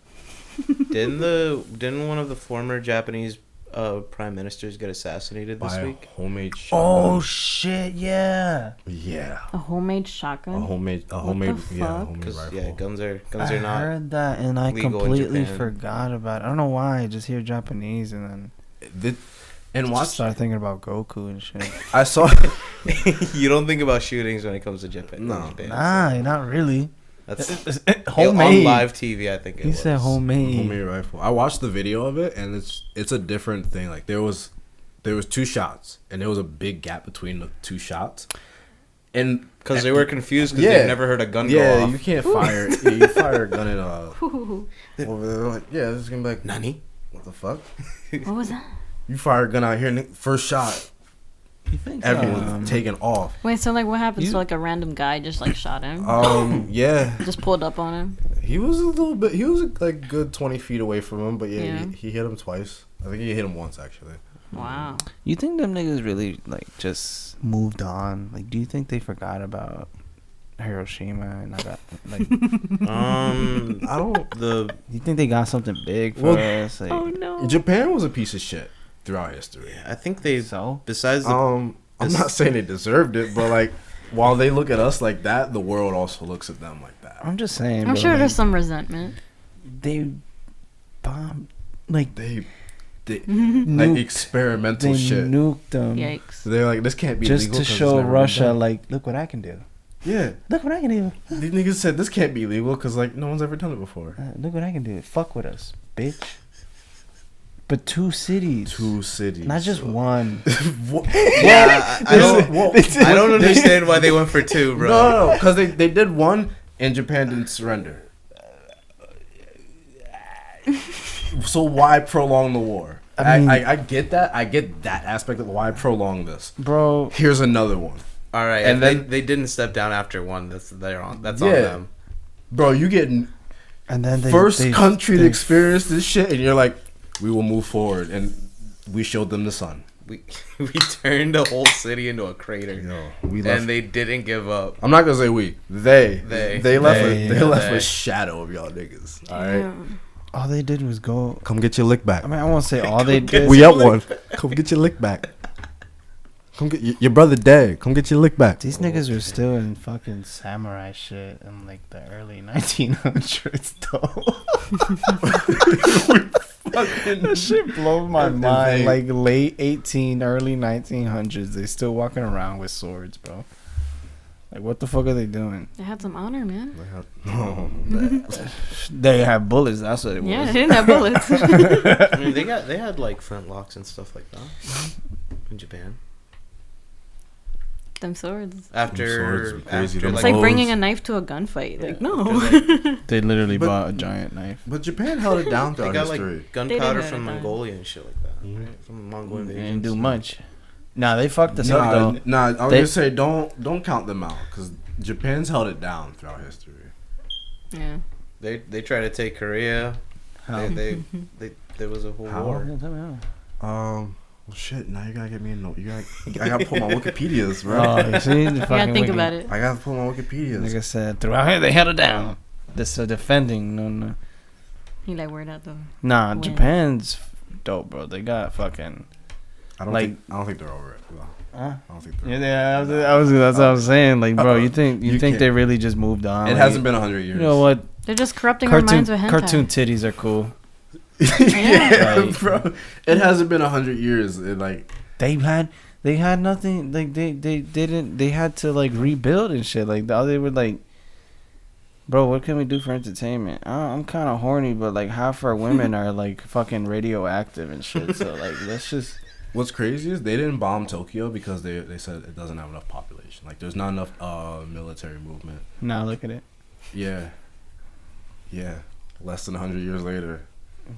*laughs* didn't the didn't one of the former Japanese uh, prime ministers get assassinated this Buy a week? homemade shotgun. Oh shit! Yeah. yeah, A homemade a shotgun. homemade a the homemade yeah a fuck? homemade Because rifle. yeah, guns are guns are I not. heard that and I legal in completely Japan. forgot about it. I don't know why. I just hear Japanese and then Did- and just watch. start thinking about Goku and *laughs* shit. I saw. you don't think about shootings when it comes to Japan. No. Japan. nah, not really. that's Homemade. on live TV. I think it He was. said homemade. homemade rifle. I watched the video of it, and it's it's a different thing. Like there was there was two shots, and there was a big gap between the two shots. And because they were confused because Yeah. they've never heard a gun go yeah, off. you can't fire. yeah, you fire a gun at *laughs* uh Ooh, over there. Like yeah, this is gonna be like Nani. What the fuck? *laughs* what was that? You fire a gun out here, and the first shot, You uh, think everyone's taken off. Wait, so like, what happened? You- So like, a random guy just like shot him, Uh, *coughs* Um, yeah, just pulled up on him. he was a little bit. He was like a good twenty feet away from him, but yeah, Yeah. He, he hit him twice. I think he hit him once actually. Wow. You think them niggas really like just moved on? Like, do you think they forgot about Hiroshima and I got like? do *laughs* Um, I don't. the you think they got something big for Well- us? Like, *laughs* Oh no. Japan was a piece of shit throughout history. I think they so besides the Um, I'm not saying they deserved it, but like, while they look at us like that, the world also looks at them like that. I'm just saying. bro, I'm sure like, there's some resentment. they bombed like They, *laughs* they like nuked, experimental they shit. nuked them Yikes. They're like, this can't be just legal to 'cause it's show never been Russia done." like look what I can do. yeah, Look what I can do. these niggas said this can't be legal because like no one's ever done it before. Uh, look what I can do. Fuck with us, bitch. But two cities. Two cities, Not just one. *laughs* What? yeah, I, I don't I don't understand why *laughs* they went for two, bro. No, no, because they they did one and Japan didn't surrender. So why prolong the war? I, I mean- I, I, get that. I get that aspect of why prolong this. Bro, Here's another one, All right, And and then then- they, didn't step down after one. That's they're on. That's on Yeah. them. bro. You get n- and then they first they- country to they- experience this shit, and you're like, we will move forward, and we showed them the sun. We *laughs* we turned the whole city into a crater, Yo, we left. and they didn't give up. I'm not gonna say we. They. They. They. They left. They. a, they left They. a shadow of y'all niggas. All right. Damn. All they did was go. Come get your lick back. I mean, I won't say all they did. We up one. Come get your lick *laughs* back. Come get your, your brother dead. Come get your lick back. These niggas were still in fucking samurai shit in like the early *laughs* 1900s, though. *laughs* that shit blow my It's mind. like- Like late 18, early 1900s, they still walking around with swords, bro. Like what the fuck are they doing? They had some honor, man. They have bullets. That's what it was. Yeah, *laughs* they didn't have *laughs* bullets. *laughs* I mean, they got they had like flintlocks and stuff like that in Japan. Them swords. After swords be crazy, after them It's like, like Swords. bringing a knife to a gunfight. Like no. after, like, They literally But- bought a giant knife. But Japan held it down they throughout got history. like gunpowder have from it done. Mongolia and shit like that. Mhm. Right? From Mongol They invasions. didn't do much. Nah, they fucked us up nah, though. nah, I was They- gonna say don't don't count them out because Japan's held it down throughout history. *laughs* Yeah. They they tried to take Korea. They, they, they there was a whole How? war. Yeah, tell me how. Um, well, shit. Now you gotta get me a note. You gotta, I gotta *laughs* pull my Wikipedias, bro. Oh, you see, *laughs* You gotta think about it. I gotta pull my Wikipedias. Like I said, throughout here they held it down. They're still defending. No, no. He like word out though. Nah, Win. Japan's dope, bro. They got fucking. I don't like- think I don't think they're over it. though. Huh? I don't think they're. Yeah, Over it. yeah, I was, I was, that's what I was saying. Like, bro, you think you, You think can't- they really just moved on? It Like, hasn't been a hundred years. You know what? They're just corrupting our Cartoon minds with hentai. cartoon titties are cool. *laughs* yeah, Like- bro. It hasn't been a hundred years. It like They had they had nothing. Like they they didn't. They had to like rebuild and shit. Like all they were like, bro, what can we do for entertainment? Uh, I'm kind of horny, but like half our *laughs* women are like fucking radioactive and shit. So like let's just what's crazy is they didn't bomb Tokyo because they they said it doesn't have enough population. Like there's not enough uh military movement. now look at it. Yeah, yeah. Less than a hundred years later.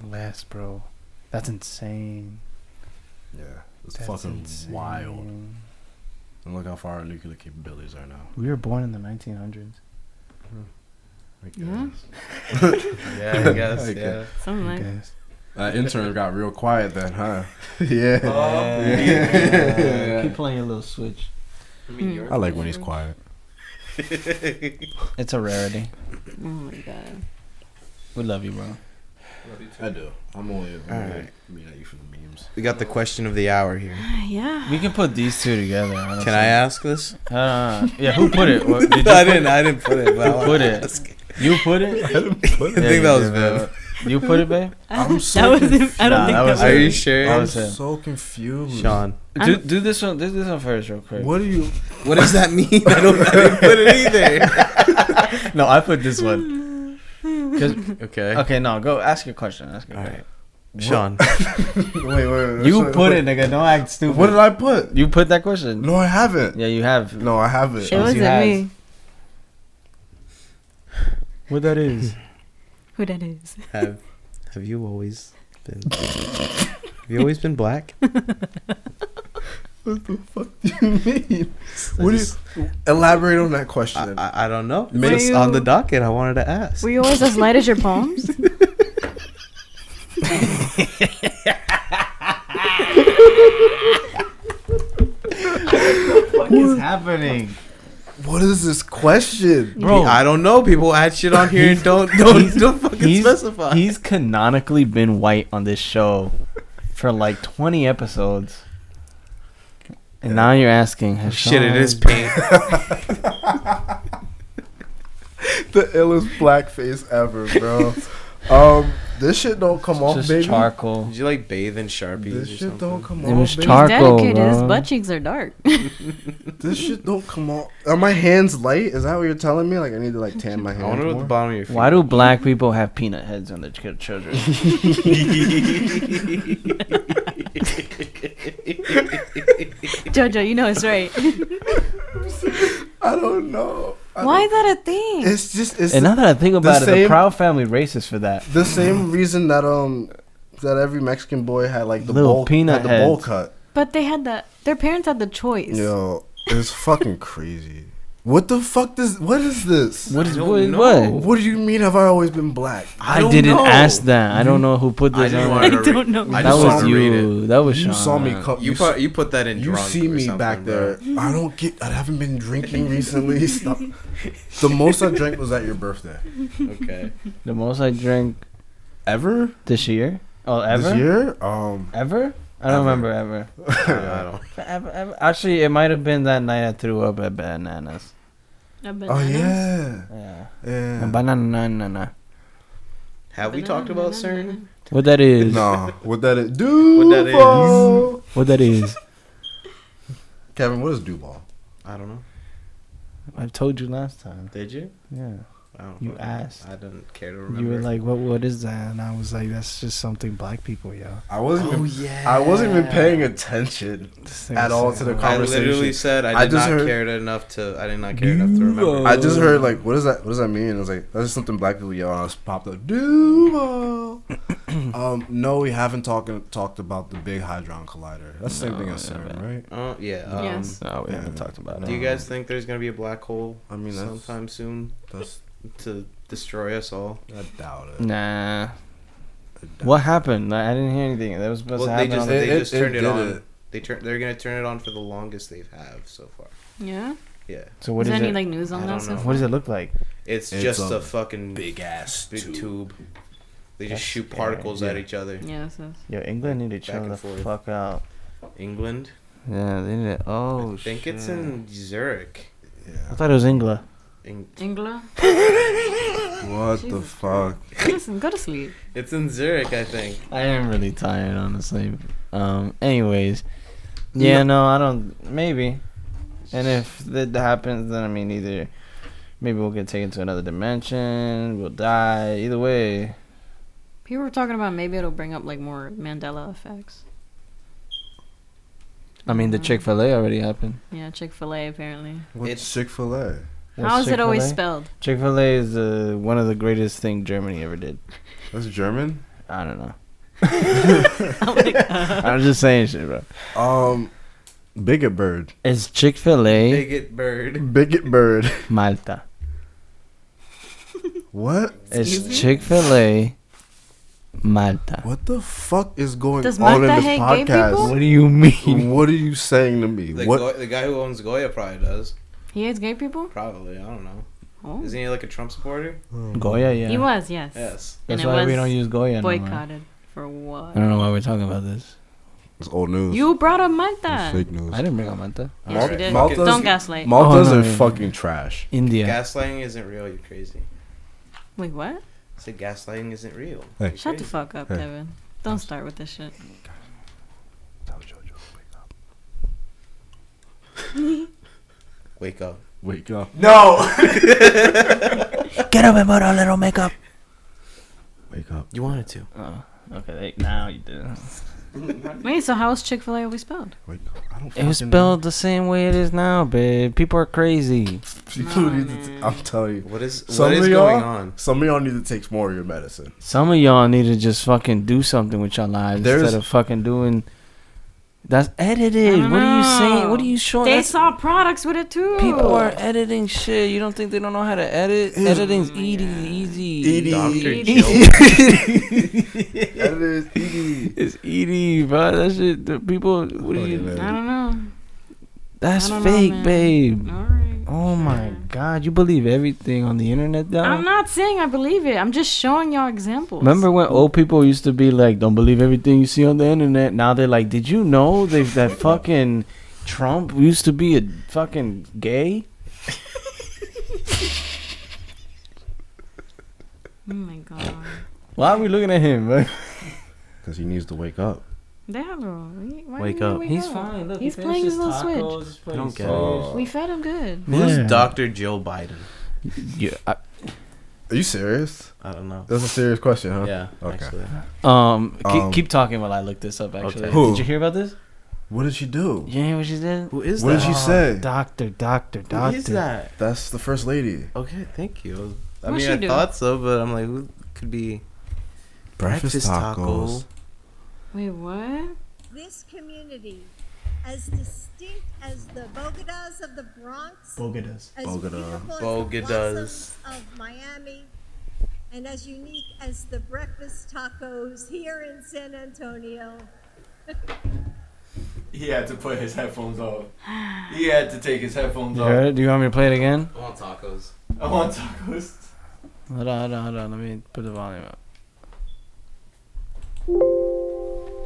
Less, bro. That's insane. Yeah, it's That's fucking insane. wild. And look how far our nuclear capabilities are now. We were born in the 1900s. I Yeah. guess. *laughs* Yeah, I guess. Okay. Yeah. Something like guess. That intern got real quiet then, huh? *laughs* yeah. Oh, Keep playing a little switch. I mean, you're- I like when he's quiet. It's a rarity. Oh my god. We love you, bro. Love you too. I do. I'm only I'm Alright. only mean at you for the *laughs* memes. *laughs* We got the question of the hour here. Yeah. We can put these two together. honestly. Can I ask this? Uh, yeah, who put it? What, *laughs* did you *laughs* I put didn't. I didn't put it. But I put wanna it? ask. You put it? I I think that was Viv. Viv. You put it, babe? I'm so that was him. I don't Nah, think that that was was. Are it. you sure? That I'm was him. so confused. Sean. Do, I'm- do this one. Do this one first, real quick. What are you? *coughs* What does that mean? I don't I didn't put it either. no, I put this *laughs* one. 'Cause- Okay. *laughs* Okay, no, go ask your question. Ask your All question. right. Sean. wait, wait, wait. You wait, put wait. it, nigga. Don't act stupid. What did I put? you put that question? No, I haven't. Yeah, you have. No, I haven't. It Shows you wasn't has. me. What that is? Who that is? Have Have you always been? Have you always been black? What do you elaborate on that I, question? I, I don't know. Were It's on the you- docket. I wanted to ask. Were you always as light as *laughs* your palms? What is happening? what is this question? Bro, I don't know. People add shit on here and don't don't, don't fucking he's- specify. He's canonically been white on this show for like 20 episodes. And now you're asking, has Oh, shit, Sean it is always- *laughs* paint. The illest blackface ever, bro. um, this shit don't come Oh, off, just baby. charcoal. Did you like bathe in sharpies? This or shit something? don't come It off, was baby. char- Charcoal, He's dedicated. His bro. butt cheeks are dark. This shit don't come off. Are my hands light? Is that what you're telling me? Like I need to like tan my I hands wonder what more? the bottom of your feet. Why do black people have peanut heads on their ch- *laughs* children? Jojo, you know it's right. I don't know. *laughs* I don't- Why is that a thing? It's just it's and now that I think about it, the same- Proud Family racist for that. the same reason that um that every Mexican boy had like the Little bowl peanut had the bowl heads. cut. But they had the. Their parents had the choice. Yo, it's fucking crazy. What the fuck does what is this? What is don't what? know. what? What do you mean have I always been black? I, don't didn't know. ask that. I don't know who put I this just on. wanted *laughs* I to read don't it. know. I that just was wanted to read it. you. That was You Sean. saw me cut You put you put that in. You drunk see or me something, back bro. there. I don't get. I haven't been drinking recently. *laughs* Stop. The most I drank was at your birthday. *laughs* Okay. The most I drank Ever? this year. Oh, ever? This year? Um. Ever? I don't Ever. remember ever. I don't. Ever, ever. Actually, it might have been that night I threw up at Bananas. Oh yeah. Yeah. Yeah. Banana, banana. Have we talked about CERN? What that is? No. What that is? Duval. that is? What that is? Kevin, what is Duval? I don't know. I told you last time. Did you? Yeah. I don't You know. asked. I didn't care to remember. You were like, "What? What is that?" And I was like, "That's just something black people, yo." I wasn't. oh even, yeah. I wasn't even paying attention This thing at is all like- to the I literally conversation. said I did I just not heard- care enough to. I did not care enough to remember. I just heard like, what does that? What does that mean? I was like, that's just something black people yell. And I just popped up. *coughs* Duval. um. No, we haven't talked talked about the Big Hadron Collider. That's the same thing as CERN, right? Oh yeah. Um, Yes. No, we Yeah. haven't talked about it. Do you guys think there's gonna be a black hole I mean, that's, sometime soon that's to destroy us all? I doubt it. Nah. What happened? Like, I didn't hear anything. That was supposed Well, to happen. they just on the- they It- just it- it turned it, did on. it. They turn they're gonna turn it on for the longest they've have so far. Yeah. Yeah, so what is is there any it? like news on I that don't know. stuff? what does it look like? it's, It's just a a fucking big, ass tube. They just That's shoot scary, particles at yeah. each other. Yeah, this is. Yo, England need to Back chill and the forth. fuck out. England. Yeah, they need to. Oh, I think it's shit. in Zurich. I Yeah. thought it was England. In, Ingla, What the Jesus fuck? listen, go to sleep. it's in Zurich, I think. I am really tired, honestly. Um. Anyways, yeah, no, I don't. Maybe, and if that happens, then I mean, either maybe we'll get taken to another dimension, we'll die. Either way, People were talking about maybe it'll bring up like more Mandela effects. I mean, the Chick Fil A already happened. Yeah, Chick Fil A apparently. What's It's- Chick Fil A? How is it always spelled? Chick Fil A is uh, one of the greatest thing Germany ever did. That's German. I don't *laughs* know. Oh *laughs* I'm just saying shit, bro. Um, bigot bird. It's Chick Fil A *laughs* Bigot bird. Bigot bird. Malta. What? Excuse me? It's Chick Fil A, Malta. What the fuck is going Does on in Martha this hate gay podcast? What do you mean? What are you saying to me? The, what? Goy- the guy who owns Goya probably does. He hates gay people. Probably. I don't know. Oh. Isn't he like a Trump supporter? Goya, yeah. He was, yes. Yes. And That's it why was we don't use Goya anymore. boycotted for what? I don't know why we're talking about this. it's old news. You brought up It's Malta. fake news. I didn't bring up Malta. Yes, Mal- you did. Malta's- Don't gaslight. Maltas Oh, no, are yeah, yeah. fucking trash. India. Gaslighting isn't real. You crazy. Wait, what? I said gaslighting isn't real. Hey. You Shut the crazy. fuck up, Hey. Devin. Don't start with this shit. Tell JoJo, wake up. Wake up. Wake up. No. Get up and put a little makeup. Wake up. You wanted to. Oh, okay. they- Now you did. Wait, so how is Chick Fil A always spelled? Wake up. I don't It was fucking spelled the same way it is now, babe. People are crazy. know. You need to t- I'm telling you. What is Some what of is y'all- going on? Some of y'all need to take more of your medicine. Some of y'all need to just fucking do something with your lives There's- instead of fucking doing. That's edited. I What are you saying? know. What are you showing? They Oh, That's- saw products with it too. People are editing shit. You don't think they don't know how to edit? Ew. Editing's Oh my easy, God. easy. Edie. Dr. Edie. *laughs* Joe. That is Edie. It's Edie, E bro. That shit. The people. What are Fucking you? man. I don't know. That's I don't know, fake, man. babe. All right. Oh my god, you believe everything on the internet now? I'm not saying I believe it. I'm just showing y'all examples. Remember when old people used to be like, "Don't believe everything you see on the internet." Now they're like, "Did you know they *laughs* that fucking Trump used to be a fucking gay?" Oh my god. Why are we looking at him? bro? Because he needs to wake up. Devil. he- why Wake didn't you up. up? He's playing his little switch. I don't get Oh. We fed him good. Who's Yeah. Dr. Joe Biden? Yeah. I- Are you serious? I don't know. That's a serious question, huh? Yeah, Uh, Okay. actually. um, keep, Um, keep talking while I look this up. Actually, Okay. Who? did you hear about this? What did she do? You didn't hear what she did? Who is What did that? she uh, say? Doctor, doctor, doctor. Who is that? That's the first lady. Okay, thank you. I What's mean, she I do? thought so, but I'm like, who could be breakfast, tacos? Wait, what? this community, as distinct as the Bogotas of the Bronx, Bogotas. as Bogota. beautiful Bogotas. as the blossoms of Miami, and as unique as the breakfast tacos here in San Antonio. He had to put his headphones on. He had to take his headphones You heard off. it? Do you want me to play it again? I want tacos. I want tacos. Hold on, hold on, hold on. Let me put the volume up.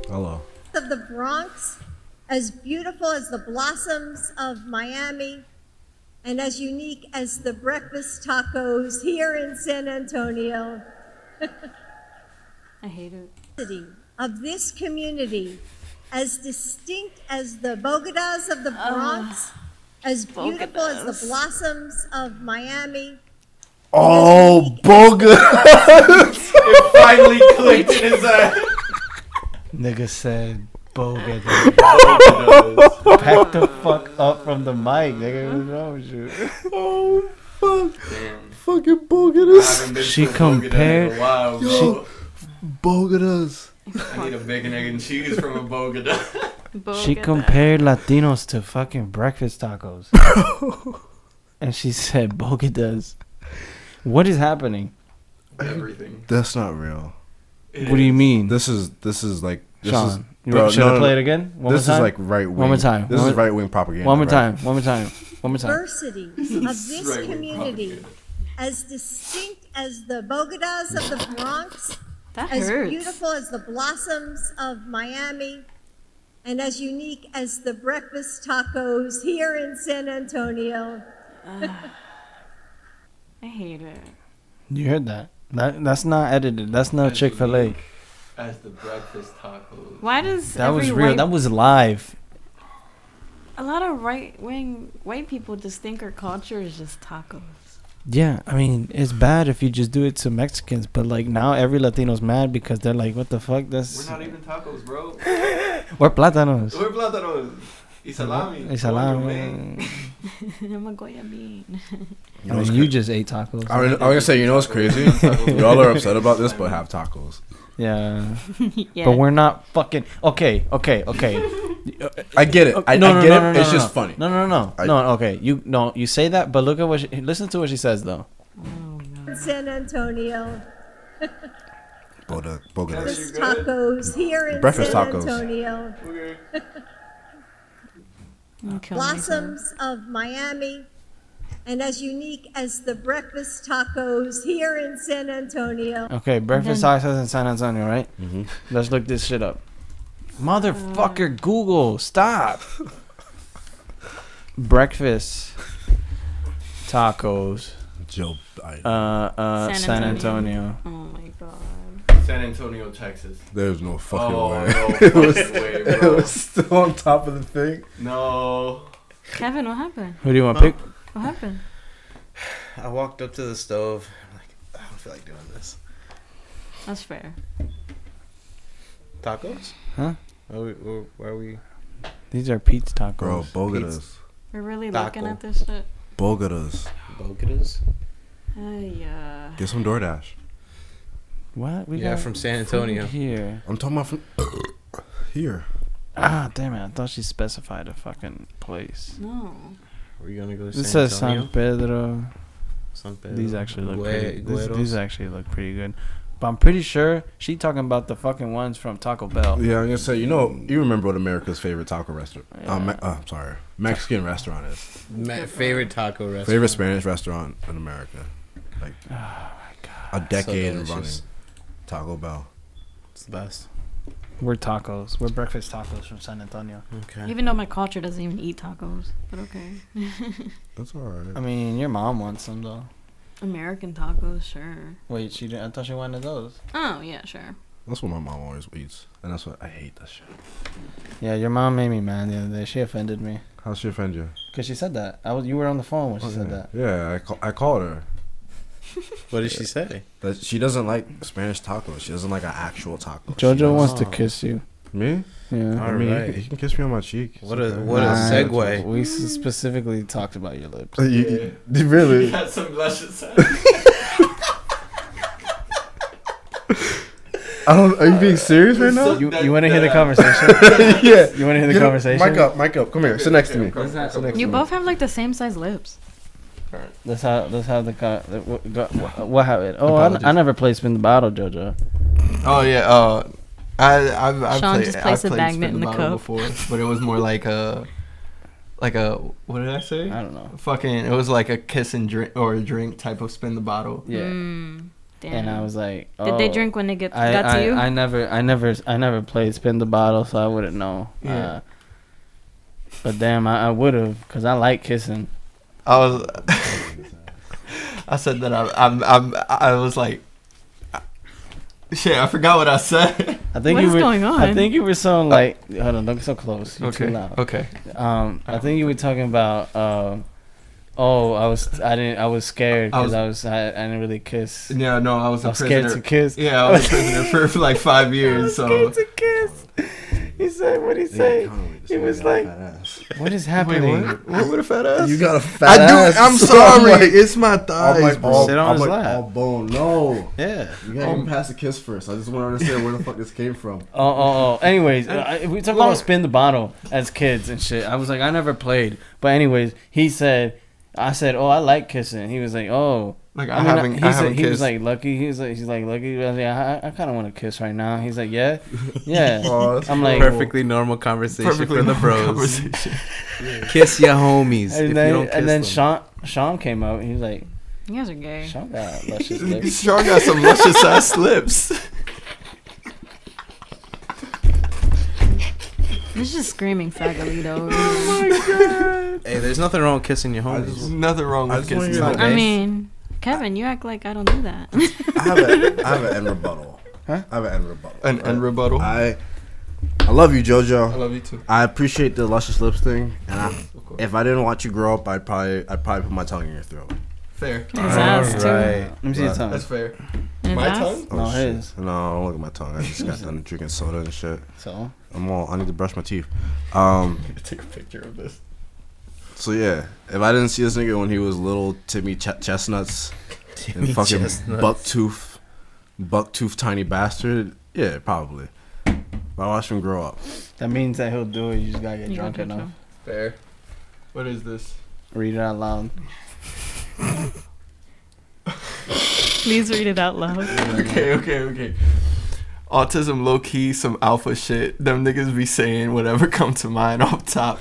Hello. Of the Bronx, as beautiful as the blossoms of Miami, and as unique as the breakfast tacos here in San Antonio. I hate it. diversity of this community as distinct as the Bogotas of the Bronx, as beautiful as the blossoms of Miami. Oh, Boga. It finally clicked in his head. Nigga said, "Boga." Bogotas. Pack the fuck up from the mic, nigga. What's wrong with you? oh, fuck. Damn. Fucking I *laughs* Bogatas. haven't been She to a Bogotas in compared- a while, bro. Bogatas. I need a bacon, egg, and cheese from a *laughs* Bogota. She compared Latinos to fucking breakfast tacos. and she said, "Bogadas." What is happening? Everything. That's not real. What do you mean, This is this is like this Sean? is you bro, want- should no, I no, play it no. again? One this more is time? like right wing. One more time. This One- is right wing propaganda. one more right? time. One more time. One more time. Diversity of this Right, we're community propagating. as distinct as the Bogotas of the Bronx, That as hurts. beautiful as the blossoms of Miami. And as unique as the breakfast tacos here in San Antonio. I hate it. You heard that? That that's not edited. That's not As Chick Fil A. unique As the breakfast tacos. Why does That was every real. white- That was live. a lot of right wing white people just think our culture is just tacos. *laughs* Yeah, I mean, it's bad if you just do it to Mexicans, but like now every Latino's mad because they're like, "What the fuck? We're That's not even tacos, bro. *laughs* we're platanos." We're plátanos. Y salami. It's Coño, man. salami. I'm a Goya bean. You I know what's mean, cra- you just ate tacos. I mean, I was gonna say, you know what's *laughs* crazy? Y'all are upset about this, but have tacos. yeah. *laughs* yeah. But we're not fucking. Okay, okay, okay. I get it. I, I get it. it's no, just no. funny. No, no, no. I- no, okay. You no, you say that, but look at what she, listen to what she says though. oh, no. in San Antonio. Boda, Bogotas. Breakfast tacos here in Breakfast San tacos. Antonio. Okay. You kill me, son. Blossoms of Miami. And as unique as the breakfast tacos here in San Antonio. Okay, breakfast then- tacos in San Antonio, right? Mm-hmm. Mhm. Let's look this shit up. Motherfucker, Uh. Google, stop. breakfast tacos, Joe. I, uh, uh, San San Antonio. Antonio. Oh my god. San Antonio, Texas. there's no fucking oh, way. no *laughs* it, fucking was, way, it bro. was still on top of the thing. No. Kevin, what happened? Who do you want to pick? What happened? I walked up to the stove. I'm like, I don't feel like doing this. That's fair. Tacos? Huh? Are we, where, where are we? These are Pete's tacos. Bro, Bogotas. We're really Taco. looking at this shit. Bogotas. Bogotas? Ay, uh, Get some DoorDash. What? We Yeah, got from San food Antonio. Here. I'm talking about from *coughs* here. Ah, damn it. I thought she specified a fucking place. no. Are we gonna go to San This says Antonio? San Pedro. San Pedro. These actually look pretty. Gue- These, Gueros. these actually look pretty good. But I'm pretty sure she talking about the fucking ones from Taco Oh. Bell. Yeah, I'm gonna say you know you remember what America's favorite taco restaurant? Yeah. Uh, Me- uh, I'm sorry, Mexican restaurant is My favorite taco restaurant. favorite Spanish restaurant in America, like a decade Oh, So running. delicious. Taco Bell. It's the best. We're tacos. We're breakfast tacos from San Antonio. Okay. Even though my culture doesn't even eat tacos, but okay. *laughs* That's all right. I mean, your mom wants some though. American tacos, sure. Wait, she didn't. I thought she wanted those. Oh yeah, sure. That's what my mom always eats, and that's what I hate. That shit. Yeah, your mom made me mad the other day. She offended me How's she offend you? because she said that. I was. You were on the phone when she said yeah. that. Yeah, I call, I called her. What did she say? That she doesn't like Spanish tacos. She doesn't like an actual taco. She Jojo doesn't- wants to kiss you. me. Yeah. I All mean, you right. can- you can kiss me on my cheek. It's What a- okay. what a Nah, segue. We s- specifically talked about your lips. You- you- *laughs* really? That's some luscious I don't. Are you being serious right now? You, you want to hear the conversation? yeah. *laughs* You want to hear the Get up, conversation? Mic up, mic up. Come here. Sit next to me. Sit next You to me. both have like the same size lips. Let's have let's have the co- the- what, go- what, what happened? Oh, I, I never played spin the bottle, Jojo. Oh yeah, uh, I I've, I've Sean played, just I've placed a played magnet Spin in the Bottle cup. before, but it was more like a like a what did I say? I don't know. Fucking, it was like a kiss and drink or a drink type of spin the bottle. Yeah, Mm, damn. and I was like, oh. Did they drink when they get I, got to I, you? I never, I never, I never played spin the bottle, so I wouldn't know. Yeah. Uh, but damn, I, I would have, cause I like kissing. I was, *laughs* I said that I, I'm I'm I was like, shit, I forgot what I said. I think What you is were, going on? I think you were so like, hold on, look so close. You're too Oh. Okay, loud. okay. Um, I think you were talking about. Um, oh, I was, I didn't, I was scared I because was- I was, I, I didn't really kiss. Yeah, no, I was a I was prisoner. scared to kiss. Yeah, I was a prisoner for *laughs* like five years. So to kiss. He said, "What he say? He was like, what is happening?" what? What with a fat ass? You got a I fat do. ass. I'm so *laughs* sorry. I'm like, it's my I'm thighs, like, bro. all, Sit on I'm his like, lap. all bone. No. Yeah. You gotta get past the kiss first. I just want to understand where the fuck this came from. Oh, oh, oh. Anyways, I, if we talk Uh, Well- about spin the bottle as kids and shit. I was like, I never played. But anyways, he said, I said, oh, I like kissing. He was like, oh. Like I I mean, haven't. he, I said- haven't he was kissed. like lucky. He was like, he's like lucky. I, was like, I, I kind of want to kiss right now. He's like, *laughs* yeah, yeah. Oh, that's I'm like, Perfectly normal conversation for the normal bros. *laughs* conversation. kiss your homies if And you then, don't kiss and then them. Sean, Sean came up. He was like, you guys are gay. Sean *laughs* got luscious lips. *laughs* Sean got some luscious ass lips. This is just screaming fagalito. Hey, there's nothing wrong with kissing your I homies. just- There's nothing wrong I with just kissing. wanna hear I Okay. mean, Kevin, you act like I don't do that. I have a, I have an end rebuttal. Huh? I have an end rebuttal. An and rebuttal. I, I, I love you, Jojo. love you too. I appreciate the luscious lips thing, and I, Of course. if I didn't watch you grow up, I'd probably I'd probably put my tongue in your throat. Fair. *laughs* His ass, too. Let me see your tongue. That's fair. His My ass? tongue. Oh, No, shit. his. No, I don't look at my tongue. I just got done drinking soda and shit. So I'm all. I need to brush my teeth. Um. I'm gonna take a picture of this. So yeah, if I didn't see this nigga when he was little Timmy Ch- Chestnuts and fucking bucktooth, bucktooth tiny bastard, yeah, probably. But I watched him grow up. that means that he'll do it. You just gotta get You got drunk that enough. too. Fair. What is this? Read it out loud. Please read it out loud. okay, okay, okay. Autism low key, some alpha shit. Them niggas be saying whatever come to mind off *laughs* top.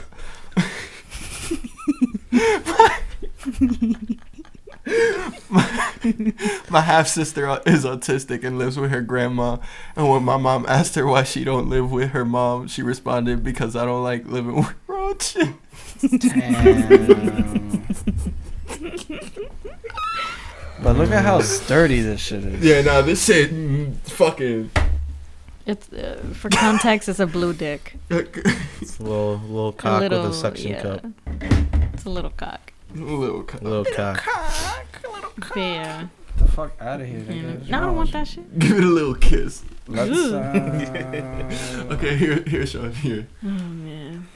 *laughs* my half sister is autistic and lives with her grandma. And when my mom asked her why she don't live with her mom, she responded, "Because I don't like living with *laughs* wrong shit." But look at how sturdy this shit is. Yeah, nah, this shit, mm, fucking. It's uh, for context. It's a blue dick. It's a little little cock a little, with a suction cup. It's a little cock. Little c- Little cock. But yeah. Get the fuck out of here. you know. nigga. No, I don't want that shit. Give it a little kiss. Let's, uh, Okay, here, here, Sean, here. Oh man.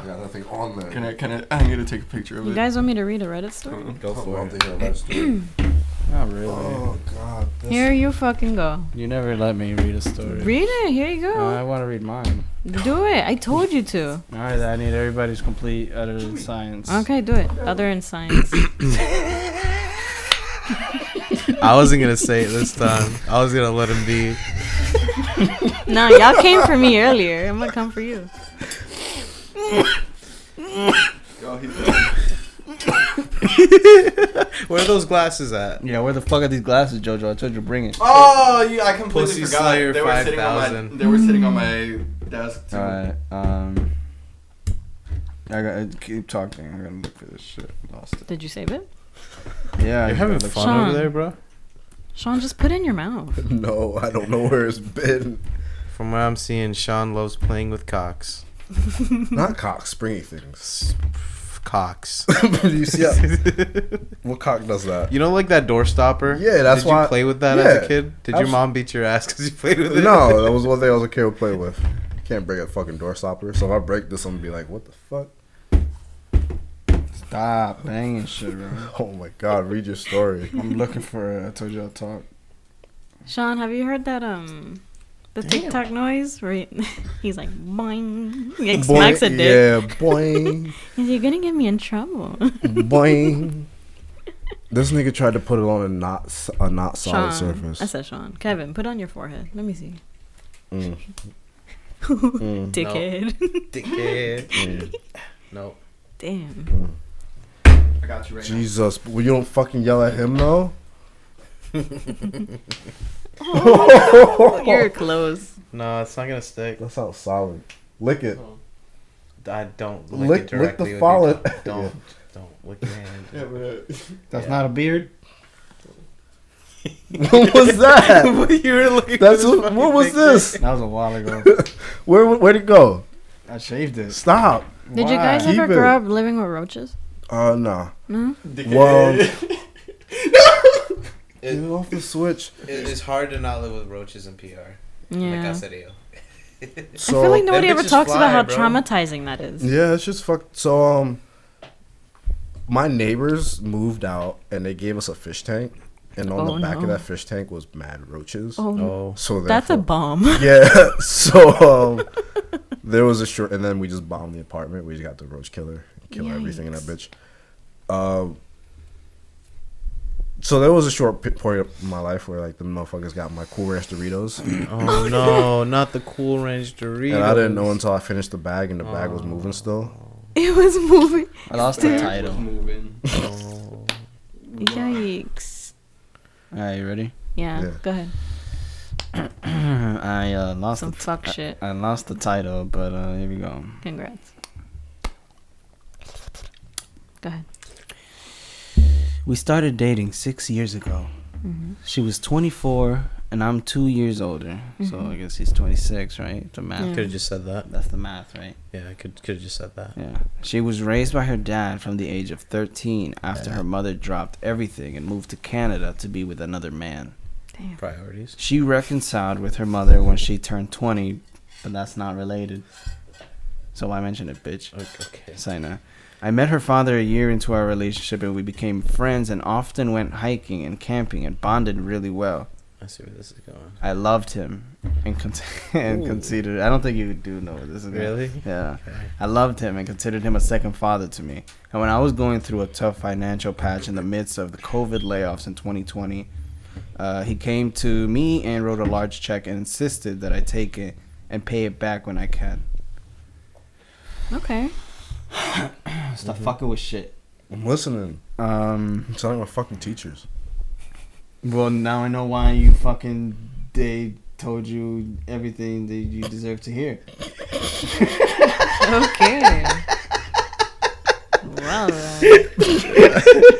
I got nothing on there. Can I, can I, I'm gonna take a picture of You it. guys want me to read a Reddit story? Uh-uh. Go I'd for love it. to hear that story. Not really. *laughs* oh God, *laughs* this Here you fucking go. You never let me read Uh, a story. Read it. Here you No, go. I want to read mine. Do it. I told *coughs* you to. All right, I need everybody's complete utter science. Okay, do it. Other in science. *coughs* I wasn't gonna say it this time. I was gonna let him be. no, y'all came for me earlier. I'm gonna come for you. Yo, he's Where are those glasses at? Yeah, where the fuck are these glasses, Jojo? I told you to bring it. Oh, yeah, I completely Pussy forgot. Slayer they were sitting on 5000. my. They were sitting on my desk. Too. All right. Um. I got to keep talking. I'm gonna look for this shit. Lost it. Did you save it? Yeah, You're I having gotta look- fun Sean. over there, bro. Sean, just put it in your mouth. no, I don't know where it's been. From what I'm seeing, Sean loves playing with cocks. Not cock, springy *laughs* things. S- f- Cocks. you see, how, *laughs* what cock does that? You know, like that door stopper. Yeah, that's Did why- you play with that as yeah, a kid. Did your abso- mom beat your ass because you played with it? No, that was one thing I was a kid would play with. You can't break a fucking door stopper. So if I break this, I'm gonna be like, what the fuck? Stop banging shit, bro. *laughs* Oh my God, read your story. I'm looking for. it. I told you I'll talk. Sean, have you heard that um the TikTok noise? Where he- *laughs* he's like boing, he like smacks a dick. Yeah, boing, Is he gonna get me in trouble? boing. This nigga tried to put it on a not s- a not Sean, solid surface. I said Sean. Kevin, put on your forehead. Let me see. *laughs* Mm, Dickhead. *laughs* *laughs* Dickhead. mm. Nope. Damn. I got you right now. Jesus, well, you don't fucking yell at him though. You're close. No, it's not gonna stick. That sounds solid. Lick it. Oh. I don't Lick- lick lick, it the directly. with your follow- tongue. Don't don't lick your hand. *laughs* That's not a beard. *laughs* what *laughs* was that? you were looking. That's what, what was this? That was a while ago. Where where'd it go? I shaved it. Stop. Did you guys Keep ever it. grow up living with roaches? Uh no. No. Well, *laughs* *laughs* get it off the switch. It's hard to not live with roaches in PR. Yeah. I So feel like nobody Them ever bitches talks about fly, how bro. traumatizing that is. yeah, it's just fucked. So um, my neighbors moved out and they gave us a fish tank, and on Oh, the back no. of that fish tank was mad roaches. Oh, Oh, So that's a therefore- bomb. *laughs* yeah. *laughs* So um, there was a short, and then we just bombed the apartment. We just got the roach killer, kill everything in that bitch. Um. So there was a short p- point of my life where like the motherfuckers got my cool ranch Doritos, *laughs* oh no, not the Cool Ranch Doritos. and I didn't know until I finished the bag, and the bag was moving still. it was moving. I lost the Was title. moving. Yikes. All right, you ready? *laughs* Yeah, Yeah. Go ahead. I uh, lost Some the t- fuck shit. I lost the title, but uh, here we go. Congrats. Go ahead. We started dating six years ago. Mm-hmm. She was 24, and I'm two years older. So I guess he's 26, right? The math. Yeah. Could have just said that. That's the math, right? Yeah, I could could have just said that. Yeah. She was raised by her dad from the age of 13 after her mother dropped everything and moved to Canada to be with another man. Damn. Priorities. She reconciled with her mother when she turned 20, but that's not related. So why mention it, bitch? Okay. Sina. I met her father a year into our relationship and we became friends and often went hiking and camping and bonded really well. I see where this is going. I loved him and, con- *laughs* and considered. I don't think you do know where this is. going. Really? Yeah. I loved him and considered him a second father to me. And when I was going through a tough financial patch in the midst of the COVID layoffs in 2020, Uh, he came to me and wrote a large check and insisted that I take it and pay it back when I can. Okay. Stop fucking with shit. I'm listening. Um, I'm telling my fucking teachers. well, now I know why you fucking they told you everything that you deserve to hear. Okay. well then.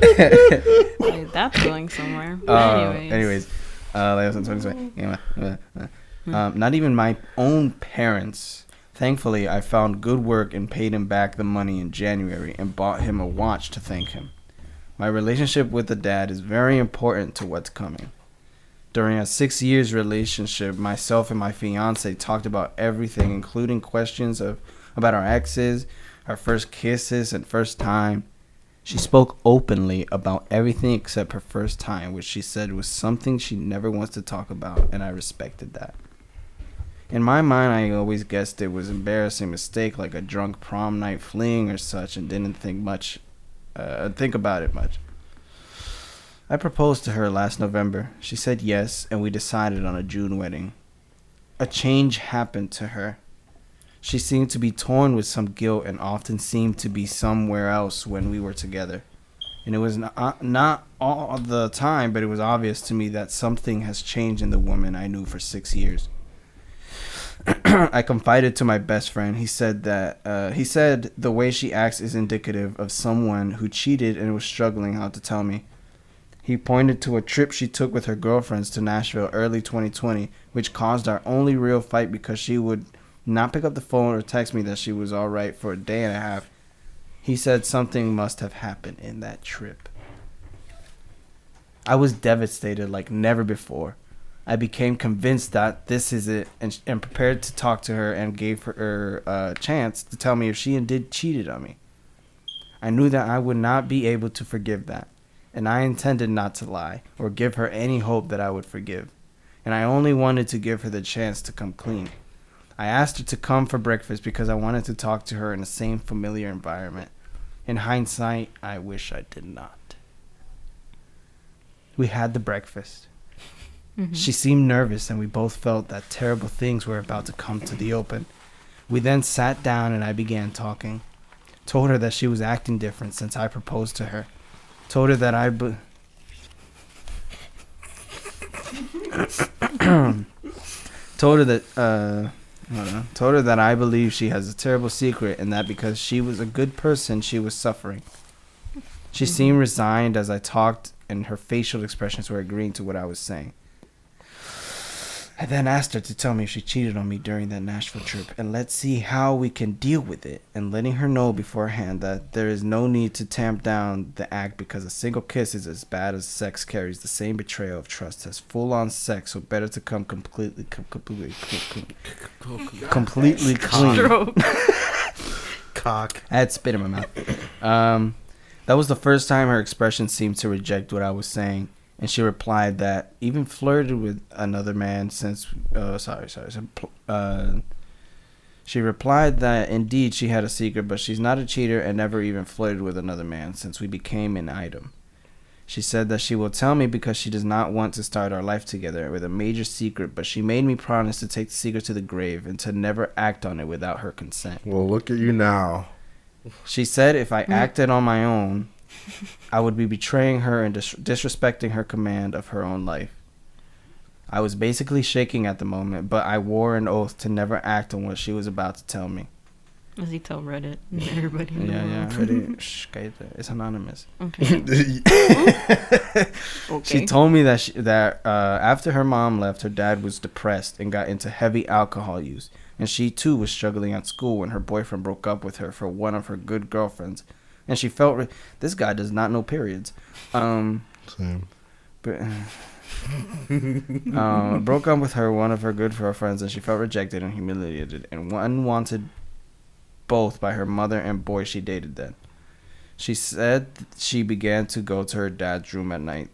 Wait, that's going somewhere. Uh, anyways. anyways, uh, like I was on Tony's way. Anyway, uh, uh, um, not even my own parents. Thankfully, I found good work and paid him back the money in January and bought him a watch to thank him. My relationship with the dad is very important to what's coming. During a six years relationship, myself and my fiance talked about everything, including questions of about our exes, our first kisses, and first time. She spoke openly about everything except her first time, which she said was something she never wants to talk about, and I respected that. In my mind, I always guessed it was embarrassing mistake, like a drunk prom night fling or such, and didn't think much, uh, think about it much. I proposed to her last November. She said yes, and we decided on a June wedding. A change happened to her. She seemed to be torn with some guilt and often seemed to be somewhere else when we were together. And it was not, not all the time, but it was obvious to me that something has changed in the woman I knew for six years. *clears throat* I confided to my best friend. He said that uh, he said the way she acts is indicative of someone who cheated and was struggling how to tell me. He pointed to a trip she took with her girlfriends to Nashville early 2020, which caused our only real fight because she would not pick up the phone or text me that she was all right for a day and a half. He said something must have happened in that trip. I was devastated like never before. I became convinced that this is it and, and prepared to talk to her and gave her a chance to tell me if she did cheated on me. I knew that I would not be able to forgive that, and I intended not to lie or give her any hope that I would forgive, and I only wanted to give her the chance to come clean. I asked her to come for breakfast because I wanted to talk to her in the same familiar environment. In hindsight, I wish I did not. We had the breakfast. Mm-hmm. She seemed nervous, and we both felt that terrible things were about to come to the open. We then sat down and I began talking. Told her that she was acting different since I proposed to her. Told her that I. Bu- *coughs* told her that. Uh, Hold on. Told her that I believe she has a terrible secret and that because she was a good person, she was suffering. She seemed resigned as I talked, and her facial expressions were agreeing to what I was saying. I then asked her to tell me if she cheated on me during that Nashville trip, and let's see how we can deal with it, and letting her know beforehand that there is no need to tamp down the act because a single kiss is as bad as sex carries the same betrayal of trust as full on sex, so better to come completely, com- completely, com- com- completely clean. Stroke. Cock. I had spit in my mouth. Um, that was the first time her expression seemed to reject what I was saying, and she replied that even flirted with another man since. Uh, sorry, sorry. so- Uh, she replied that indeed she had a secret, but she's not a cheater and never even flirted with another man since we became an item. She said that she will tell me because she does not want to start our life together with a major secret, but she made me promise to take the secret to the grave and to never act on it without her consent. Well, look at you now. She said if I acted on my own, I would be betraying her and dis- disrespecting her command of her own life. I was basically shaking at the moment, but I wore an oath to never act on what she was about to tell me. As he told Reddit and everybody in the Yeah, yeah. I world. heard it. Shh, cállate. It's anonymous. Okay. *laughs* okay. She told me that she, that uh, after her mom left, her dad was depressed and got into heavy alcohol use, and she too was struggling at school when her boyfriend broke up with her for one of her good girlfriends, and she felt re- this guy does not know periods. Um, Same. but um, broke up with her one of her good girlfriends, and she felt rejected and humiliated and unwanted both by her mother and boy she dated then. She said th- she began to go to her dad's room at night.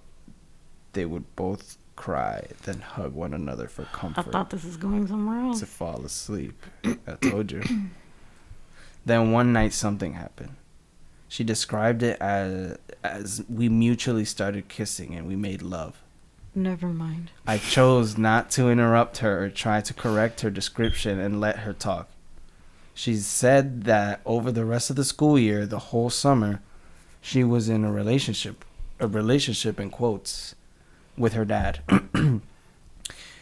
They would both cry, then hug one another for I comfort thought this was going somewhere else. to fall asleep. I told you. *clears throat* then one night something happened. She described it as as we mutually started kissing and we made love. Never *laughs* mind. I chose not to interrupt her or try to correct her description and let her talk. She said that over the rest of the school year, the whole summer, she was in a relationship, a relationship in quotes, with her dad. *clears throat*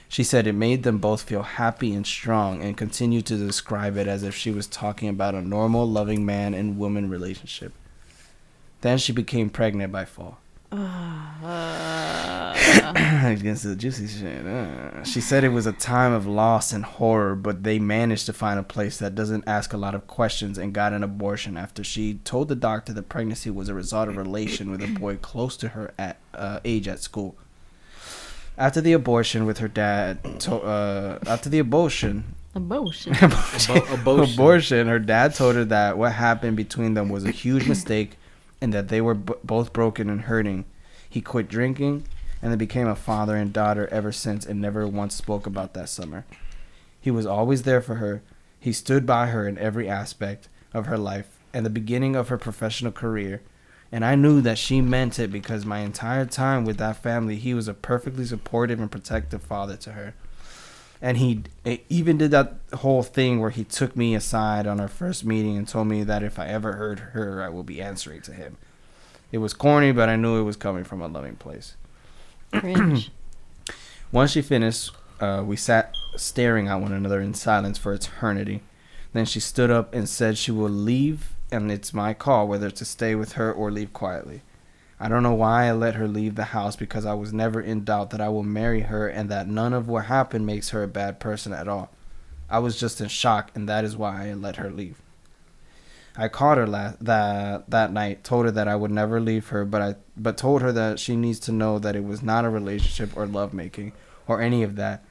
she said it made them both feel happy and strong and continued to describe it as if she was talking about a normal, loving man and woman relationship. Then she became pregnant by fall. *clears throat* I guess the juicy shit. uh. She said it was a time of loss and horror, but they managed to find a place that doesn't ask a lot of questions and got an abortion after she told the doctor the pregnancy was a result of relation with a boy close to her at uh, age at school. After the abortion with her dad, to- uh, after the abortion, *laughs* *coughs* A bullshit. abortion. abortion, her dad told her that what happened between them was a huge mistake and that they were b- both broken and hurting. He quit drinking and they became a father and daughter ever since and never once spoke about that summer. He was always there for her. He stood by her in every aspect of her life and the beginning of her professional career. And I knew that she meant it because my entire time with that family, he was a perfectly supportive and protective father to her and he it even did that whole thing where he took me aside on our first meeting and told me that if I ever hurt her, I will be answering to him. It was corny, but I knew it was coming from a loving place. Cringe. Once she finished, uh, we sat staring at one another in silence for eternity. Then she stood up and said she will leave, and it's my call whether to stay with her or leave quietly. I don't know why I let her leave the house because I was never in doubt that I will marry her and that none of what happened makes her a bad person at all. I was just in shock, and that is why I let her leave. I called her la- that that night, told her that I would never leave her, but I but told her that she needs to know that it was not a relationship or lovemaking or any of that,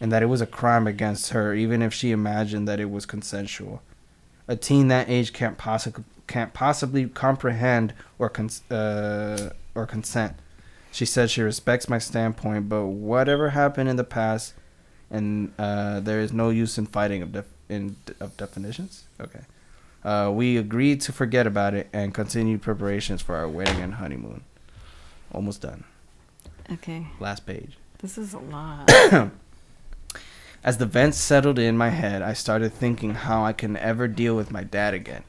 and that it was a crime against her, even if she imagined that it was consensual. A teen that age can't possibly can't possibly comprehend or cons- uh, or consent. She said she respects my standpoint, but whatever happened in the past, and uh, there is no use in fighting of def- in of definitions. Okay. Uh, we agreed to forget about it and continue preparations for our wedding and honeymoon. Almost done. Okay. Last page. This is *coughs* a lot. As the vents settled in my head, I started thinking how I can ever deal with my dad again.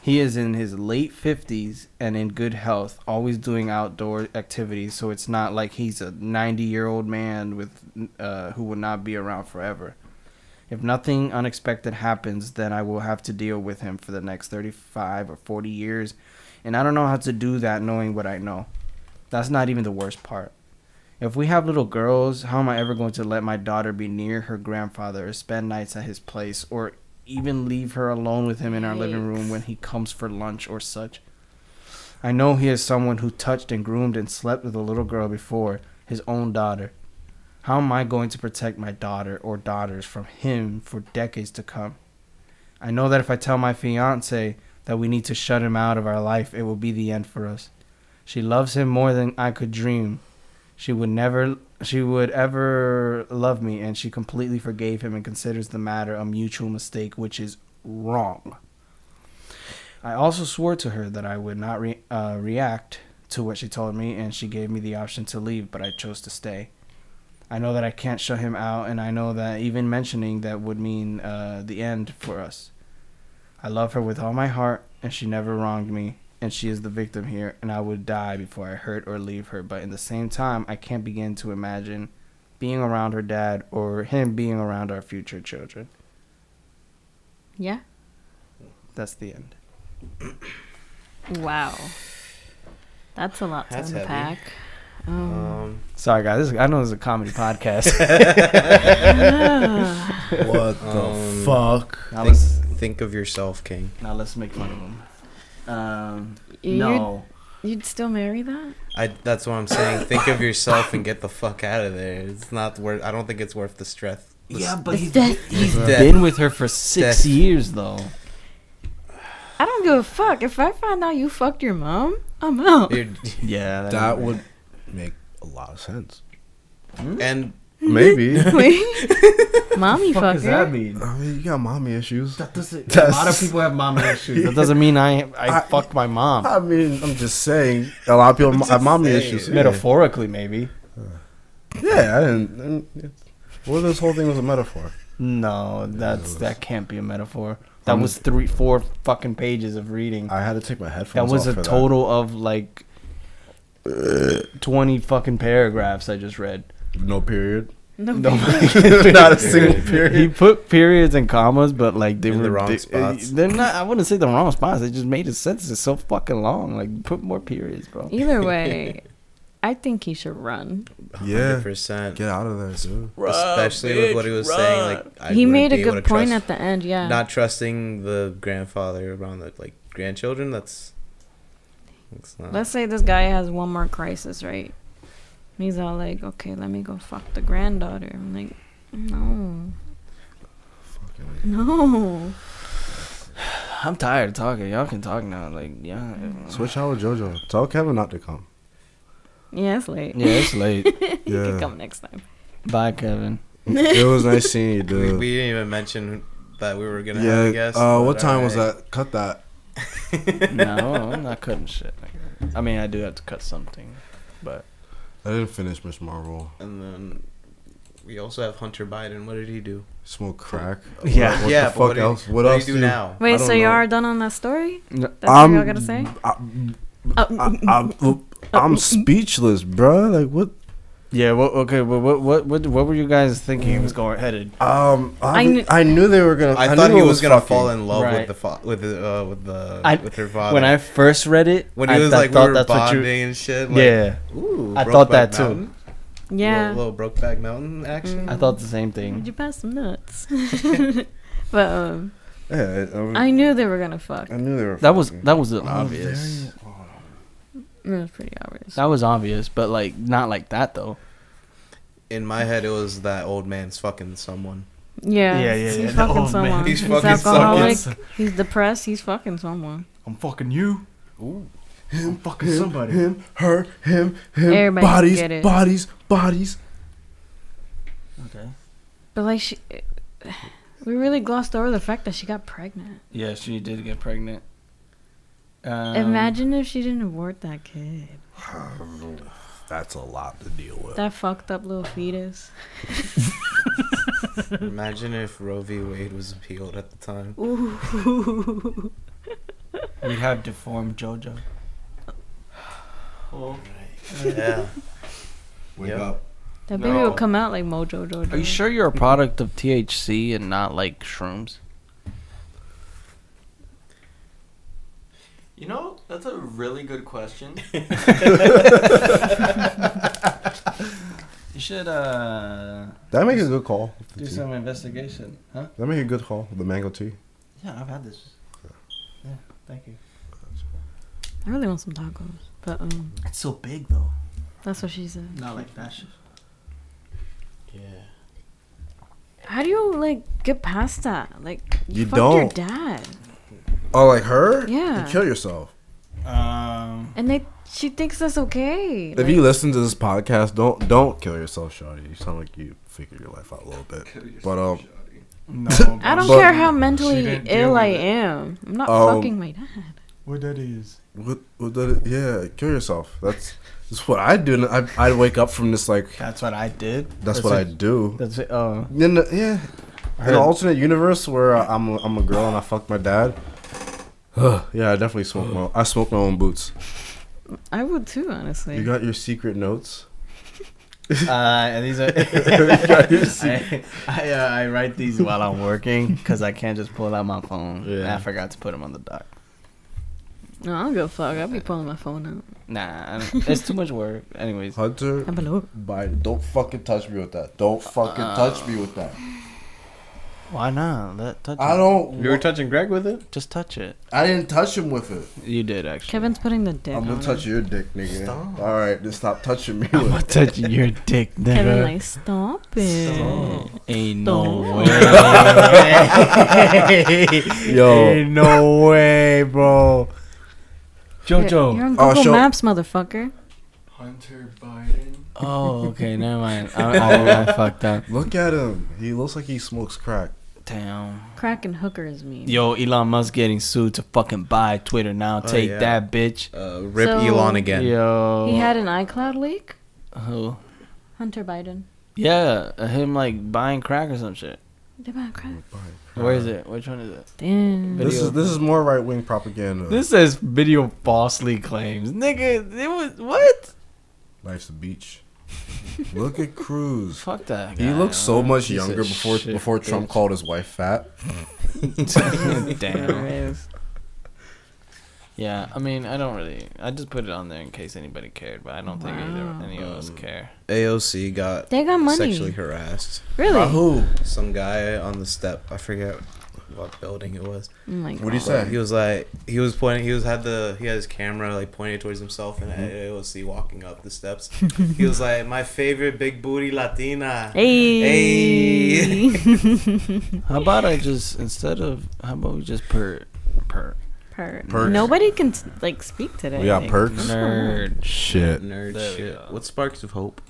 He is in his late 50s and in good health, always doing outdoor activities, so it's not like he's a 90-year-old man with uh, who will not be around forever. If nothing unexpected happens, then I will have to deal with him for the next 35 or 40 years, and I don't know how to do that knowing what I know. That's not even the worst part. If we have little girls, how am I ever going to let my daughter be near her grandfather or spend nights at his place or even leave her alone with him in our living room when he comes for lunch or such? I know he is someone who touched and groomed and slept with a little girl before, his own daughter. How am I going to protect my daughter or daughters from him for decades to come? I know that if I tell my fiance that we need to shut him out of our life, it will be the end for us. She loves him more than I could dream. She would never she would ever love me and she completely forgave him and considers the matter a mutual mistake which is wrong. I also swore to her that I would not re- uh, react to what she told me and she gave me the option to leave but I chose to stay. I know that I can't shut him out and I know that even mentioning that would mean uh, the end for us. I love her with all my heart and she never wronged me and she is the victim here, and I would die before I hurt or leave her. But in the same time, I can't begin to imagine being around her dad or him being around our future children. yeah. That's the end. Wow. That's a lot to That's heavy. unpack. *laughs* *laughs* Um, Um, Sorry, guys. This, I know this is a comedy *laughs* podcast. yeah. What Um, fuck? now, think, let's, think of yourself, King. now let's make fun of him. Um, You'd- no. You'd still marry that? I. That's what I'm saying. think of yourself and get the fuck out of there. It's not worth. I don't think it's worth the stress. the Yeah, s- but It's he's, death. he's Death. been with her for six Death. years, though. I don't give a fuck. If I find out you fucked your mom, I'm out. you're- Yeah. That would make a lot of sense. and Maybe. *laughs* Wait. Mommy What does that fucker. mean? *laughs* I mean, you got mommy issues. That doesn't, a That's- lot of people have mama issues. That doesn't mean I I, I- fucked my mom. I mean, I'm just saying, a lot of people have mommy saying. issues. yeah. Metaphorically, maybe. Yeah, I didn't. I didn't well, this whole thing was a metaphor. No, that's was- that can't be a metaphor. That I'm- was three, four fucking pages of reading. I had to take my headphones. That was off a for total of like twenty fucking paragraphs I just read. No *laughs* period. *laughs* No, Not a single period. He put periods and commas, but like they In were the wrong they, spots. They're not. I wouldn't say the wrong spots. They just made his sentences so fucking long. Like put more periods, bro. Either way, I think he should run. Yeah. 100%. Get out of there, dude. Especially with what he was saying, like I he wouldn't made a be able good to point trust- at the end. Yeah, Not trusting the grandfather around the like grandchildren. That's. that's not, Let's say this guy has one more crisis, right? And He's all like, "Okay, let me go fuck the granddaughter." I'm like, "No, no." I'm tired of talking. Y'all can talk now. Like yeah, Switch out with JoJo. Tell Kevin not to *laughs* come. Yeah, it's late. *laughs* yeah. It's late. you yeah. can come next time. Bye, *laughs* Kevin. it was nice seeing you, we, dude. we didn't even mention that we were gonna yeah. have a guest. uh, what but time was alright. that? Cut that. No, I'm not cutting shit. I mean, I do have to cut something, but I didn't finish Miss Marvel. And then we also have Hunter Biden. What did he do? Smoke crack. Yeah. What, what yeah. the but fuck what do you- else? what what do else you do now? Wait, don't so you know. are done on that story? No, That's what y'all I'm- gotta say? I, Oh, I, I, I'm speechless, bro. Like what? yeah. Well, okay. Well, what, what, what, what were you guys thinking it was going headed? Um, I, I kn- kn- I knew they were gonna. I, knew thought it he was, gonna fucking. fall in love Right. with the fa- with the, uh, with the I- with her father. When I first read it, Uh, when he I was th- like we were bonding and shit. Like, yeah, Ooh, I thought Brokeback that too. Mountain? yeah. Mm. Little, little Brokeback Mountain action. I thought the same thing. Did you pass some nuts? *laughs* *laughs* but um, Yeah, I, I, I knew they were gonna fuck. I knew they were. That was fucking. that was an Oh, obvious. there It was pretty obvious. That was obvious, but like not like that though. Mm. In my head, it was that old man's fucking *laughs* someone. Yeah, Yeah, yeah, yeah. He's fucking Oh, man. someone. He's He's, fucking someone. alcoholic. He's depressed. He's fucking someone. I'm fucking you. Ooh. I'm fucking Him, somebody. him, her, him, him. Everybody can bodies, get it. bodies, bodies. Okay. But like she, we really glossed over the fact that she got pregnant. Yeah, she did get pregnant. Um, Imagine if she didn't abort that kid, That's a lot to deal with. that fucked up little fetus. Imagine if Roe v. Wade was appealed at the time. Ooh. we'd Um, have deformed JoJo. Yeah. Wake Yep. up. That baby would come out like Mojo Jojo. Are you sure you're a Mm-hmm. product of THC and not like shrooms? You know, that's a really *laughs* good question. You should uh That make a good call. The do tea. some investigation, huh? That make a good call. The mango tea. Yeah, I've had this. Yeah, thank you. I really want some tacos, but um, It's so big though. that's what she said. Not like that. shit. Yeah. How do you like get past that? Like You fucked don't. Your dad. Oh, like her? Yeah. You kill yourself. Um. And they, she thinks that's okay. If you listen to this podcast, don't don't kill yourself, Shawty. You sound like you figured your life out a little bit. But um, No. bro. I don't *laughs* But care how she mentally didn't deal ill with I it. am. I'm not Um, fucking my dad. What that is? what, what that is, yeah, kill yourself. That's that's what I do. I I wake up from this like That's what I did. that's what I do. That's it. Oh. In the, yeah, in Heard- the alternate universe where I'm a, I'm a girl and I fuck my dad. *sighs* yeah, I definitely smoke my I smoke my own boots. I would too, honestly. You got your secret notes. Uh, and these *laughs* are. *laughs* I I, uh, I write these while I'm working because I can't just pull out my phone. Yeah. And I forgot to put them on the dock. no, I don't give a fuck. I'll be pulling my phone out. Nah, I *laughs* don't- it's too much work. Anyways, Hunter I'm below. Biden, don't fucking touch me with that. Don't fucking touch me with that. why not? Let touch. I it. don't. You were touching Greg with it? Just touch it. I didn't touch him with it. You did actually. Kevin's putting the dick. I'm on gonna touch it. your dick, nigga. All right, just stop touching me. With I'm it. touching your dick, Kevin, nigga. like, stop it. Ain't no Stop. way. Yo. Ain't no way, bro. You're, Jojo. you're on Oh, Google show- Maps, motherfucker. Hunter Biden. Oh, okay, never mind. I, I, *laughs* I fucked up. Look at him. He looks like he smokes crack. Damn. Crack and hooker is mean. Yo, Elon Musk getting sued to fucking buy Twitter now. Take yeah. that, bitch. Uh, rip So- Elon again. Yo. He had an iCloud leak? Who? Hunter Biden. Yeah, uh, him like buying crack or some shit. They bought crack. Where is it? Which one is it? Damn. This is this is more right wing propaganda. This says video falsely claims, nigga. It was what? Life's a beach. Look at *laughs* Cruz. Fuck that. He guy, looked so huh? *laughs* much Piece of younger before shit, before Trump bitch. called his *laughs* wife fat. *laughs* Damn. yeah, I mean, I don't really. I just put it on there in case anybody cared, but I don't think Wow. either, any of us care. AOC got They got money. sexually harassed. Really? By who? Some guy on the step. I forget what building it was. Oh my What do you God. But say? he was like, he was pointing. He was had the he had his camera like pointed towards himself, and I was see walking up the steps. he was like, "My favorite big booty Latina." Hey. *laughs* *laughs* How about I just instead of how about we just per per Perk. Perks. Nobody can t- like speak today. We got Like, perks? what's going on? *laughs* nerd? Shit. Nerd There we shit. go. What sparks of hope?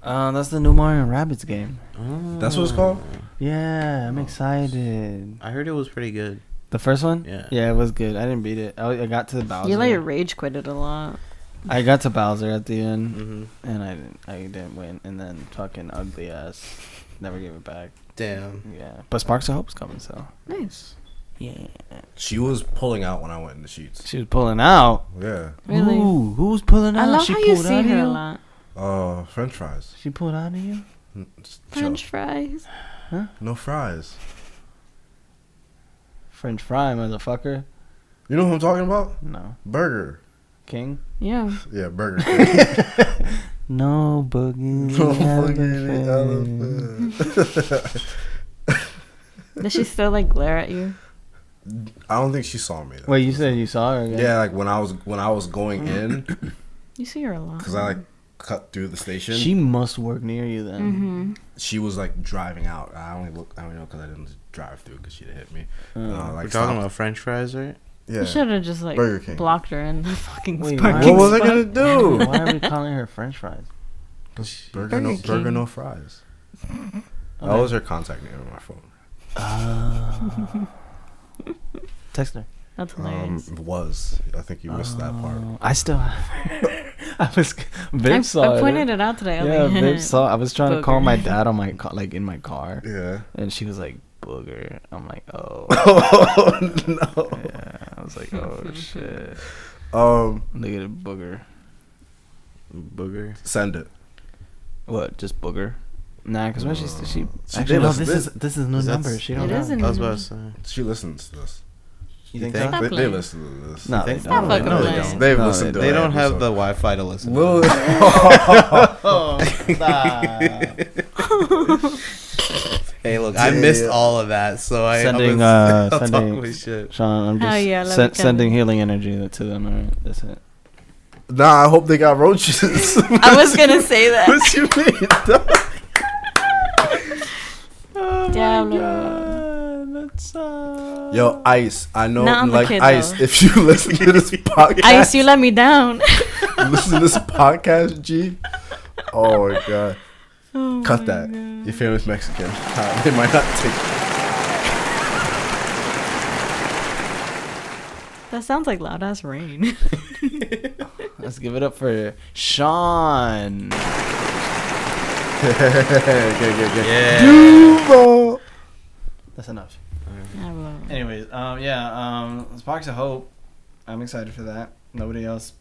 Uh, that's the new Mario and Rabbits game. Mm. That's what it's called? Yeah, I'm excited. I heard it was pretty good. The first one? Yeah. Yeah, it was good. I didn't beat it. I, I got to the Bowser. You like rage quitted a lot. I got to Bowser at the end, Mm. Mm-hmm. and I didn't. I didn't win. And then fucking ugly ass, never gave it back. Damn. Yeah, but Sparks of Hope's coming, so Nice. yeah. She was pulling out when I went in the sheets. She was pulling out. Yeah. Really? Ooh, who's pulling out? I love she how you pulled see out of her you? a lot. Uh, French fries. She pulled out of you. Just chill. French fries. No fries. French fry, motherfucker. You know who I'm talking about? No, Burger. King. Yeah. Yeah, Burger. *laughs* King. No *laughs* boogie. Don't fucking eat elephant. Does she still like glare at you? I don't think she saw me. Though. Wait, you said you saw her? Again? Yeah, like when I was when I was going in, You see her a lot. cause I like cut through the station. She must work near you then. Mm-hmm. she was like driving out. I only look. I only know because I didn't drive through because she'd hit me. And I, like, We're talking stopped. about French fries, right? You Yeah. should have just like Burger King. blocked her in the fucking Wait, parking What was I spot. gonna do? Why are we calling her French fries? Burger, no, Burger burger King. no fries. That Okay. was her contact name on my phone. Text her. That's Um, hilarious. was I think you missed that part. Oh, I still have her. *laughs* I was. Viv I, saw I pointed it. it out today. I Yeah, was like, Viv saw. I was trying to call Booger. my dad *laughs* on my car, like in my car, Yeah. and she was like, "Booger." I'm like, *laughs* "Oh." oh no. yeah. I was like, *laughs* "Oh shit." Um, Look at it, booger. *laughs* Booger. send it. What? Just booger? Nah, because when she she, she Oh. She actually did no, us this this. is this is no Is that- number. She don't It know. is a I was new- about to say. She listens to this. You think think? so? Stop They, they playing. listen to this. No, they think- don't. Stop fucking no, they playing. don't. They've No, listened they to They our don't have the episode. Wi-Fi to listen. to *laughs* *laughs* Little- it. hey, look, I missed Yeah. all of that, so I Sending, uh, *laughs* I'm gonna- I'll talk sending- my *laughs* shit. Sean, I'm Hell just yeah, love sen- each other. sending healing energy to them. All right, that's it. Nah, I hope they got roaches. *laughs* I was gonna say that. what you mean? Diablo. that's uh. Yo, Ice. I know, Nah, I'm a like kid, Ice. though. If you *laughs* listen to *laughs* this podcast, Ice, you let me *laughs* down. *laughs* listen to this podcast, G. Oh my god. Oh Cut my that. God. Your family's Mexican. *laughs* Uh, they might not take. *laughs* That sounds like loud ass rain. Let's give it up for Sean. good, good, good. Yeah. Duval. That's enough. Diablo. Anyways, um, yeah, um, it's Box of Hope. I'm excited for that. Nobody else.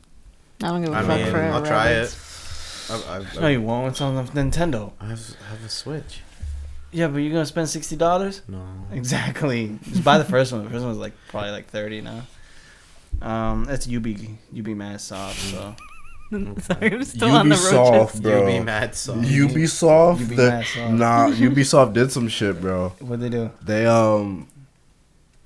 I don't give a I fuck mean, for I'll try rabbits. it. I, I, No, I, you won't. It's on the Nintendo. I have, I have a Switch. Yeah, but you're gonna spend sixty dollars. No. Exactly. Just buy the first one. The first one's like probably like thirty now. Um, that's UB UB Mass Soft. So *laughs* Sorry, I'm still on the road. Ubisoft, bro. UB Mad Song. Ubisoft, Ubi the- Mad Song. nah, *laughs* Ubisoft did some shit, bro. what they do? They um,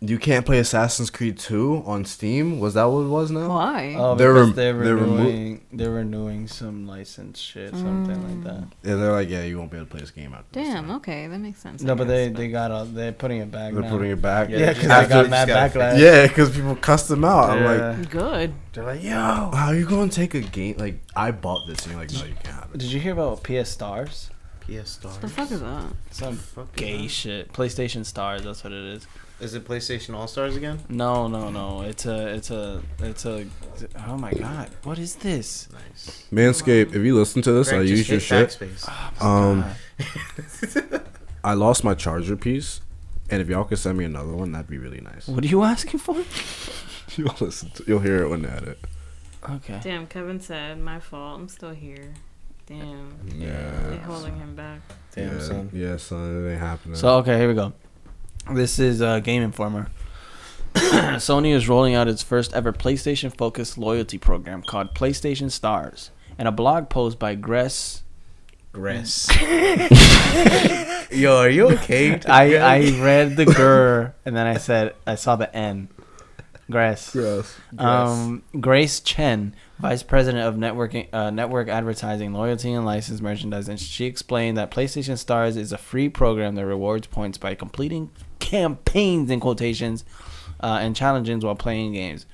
you can't play Assassin's Creed Two on Steam. Was that what it was now? Why? Oh, They're because rem- they're they're remo- renewing. They're renewing some license shit, something like that. And they're like, yeah, you won't be able to play this game after. this Damn. time. Okay, that makes sense. I No, but they guess, they got all, they're putting it back. They're now. putting it back. Yeah, because I After- got mad After- backlash. Yeah, 'cause people cussed them out. I'm Yeah. like, good. they're like, yo, how you gonna take a game? Like, I bought this, and you're like, no, you can't have it. Did you hear about PS Stars? Kia Stars. The fuck is that? Some Fuck gay is shit. PlayStation Stars. That's what it is. that? Is it PlayStation All Stars again? No, no, no. It's a. It's a. It's a. Oh my god. What is this? Nice. Manscaped, if you listen to this, I Grant just use your hit shit. backspace. Um, I lost my charger piece, and if y'all could send me another one, that'd be really nice. What are you asking for? You'll listen. To, you'll hear it when they add it. Okay. Damn, Kevin said, my fault. I'm still here. Damn. They're Yeah. holding him back. yeah, Yeah, son, it ain't happening. So okay, here we go. This is uh, Game Informer. *coughs* Sony is rolling out its first ever PlayStation-focused loyalty program called PlayStation Stars, and a blog post by Gress. Gress. *sighs* Yo, are *laughs* you okay? I, I read the grr and then I said I saw the n. Gress. Gross. Um, Grace Chen, Vice President of Networking, uh, Network Advertising, Loyalty, and Licensed Merchandising, she explained that PlayStation Stars is a free program that rewards points by completing campaigns in quotations uh, and challenges while playing games.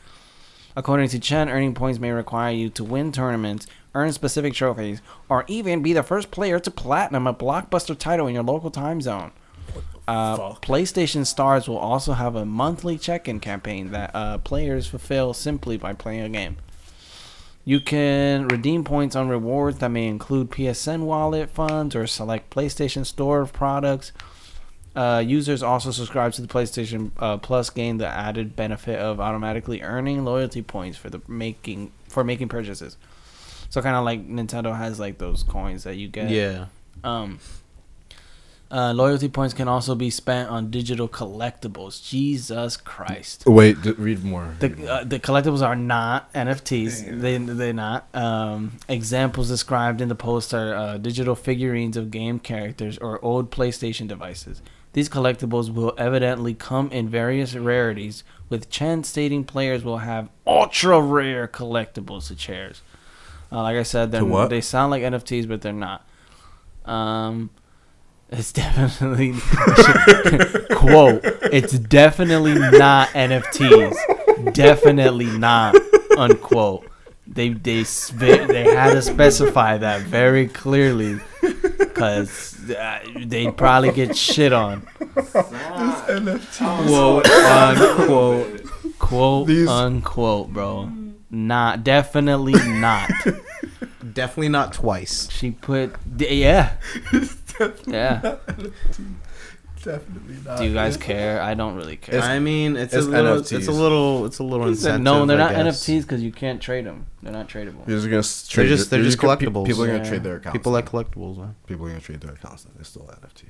According to Chen, earning points may require you to win tournaments, earn specific trophies, or even be the first player to platinum a blockbuster title in your local time zone. Uh, PlayStation Stars will also have a monthly check-in campaign that uh, players fulfill simply by playing a game. You can redeem points on rewards that may include PSN wallet funds or select PlayStation Store products. Uh, users also subscribe to the PlayStation uh, Plus gain the added benefit of automatically earning loyalty points for the making for making purchases. So kind of like Nintendo has like those coins that you get. yeah. Um, uh, loyalty points can also be spent on digital collectibles. Jesus Christ. Wait, d- read more. The, uh, the collectibles are not NFTs. They, they're not. Um, examples described in the post are uh, digital figurines of game characters or old PlayStation devices. These collectibles will evidently come in various rarities, with Chen stating players will have ultra rare collectibles to chairs. Uh, like I said, To they're, what? they sound like NFTs, but they're not. Um, it's *laughs* *laughs* definitely quote. It's definitely not NFTs. Definitely not unquote. They they spe- they had to specify that very clearly because uh, they'd probably get shit on. Quote unquote. Quote These- unquote, bro. Not definitely not. Definitely not twice. She put d- yeah. yeah. Definitely not. Do you guys care? I don't really care. I mean, it's, it's a little, it's a NFTs. little, it's a little incentive. no, they're not I guess. NFTs because you can't trade them. They're not tradable. You're just gonna s- trade. just- your- they're just gonna- pe- collectibles. People are Yeah. gonna trade their accounts. People like collectibles, man. people are gonna trade their accounts. It's still NFT.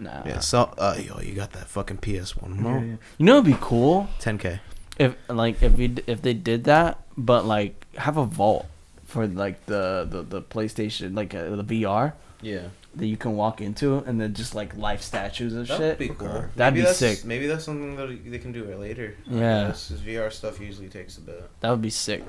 Nah. Yeah. So, uh, yo, you got that fucking PS One more. You know, it'd be cool 10k. if like if you if they did that, but like have a vault for like the the, the PlayStation like uh, the VR Yeah. that you can walk into and then just like life statues and shit. cool. That'd be sick. Maybe that's something that they can do later. Yeah. Because VR stuff usually takes a bit. That would be sick.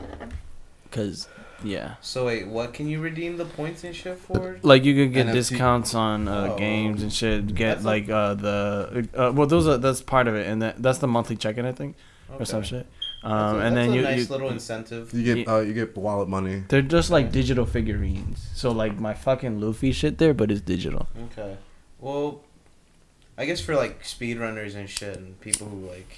Cause yeah, So wait, what can you redeem the points and shit for? like you could get NFT. discounts on uh, Oh. games and shit. Get That's a- like uh, the uh, well, those are that's part of it, and that, that's the monthly check-in I think or some shit. Um, and then you, you incentive. You get uh, you get wallet money. They're just like digital figurines. So like my fucking Luffy shit there, but it's digital. Okay. Well, I guess for like speedrunners and shit and people who like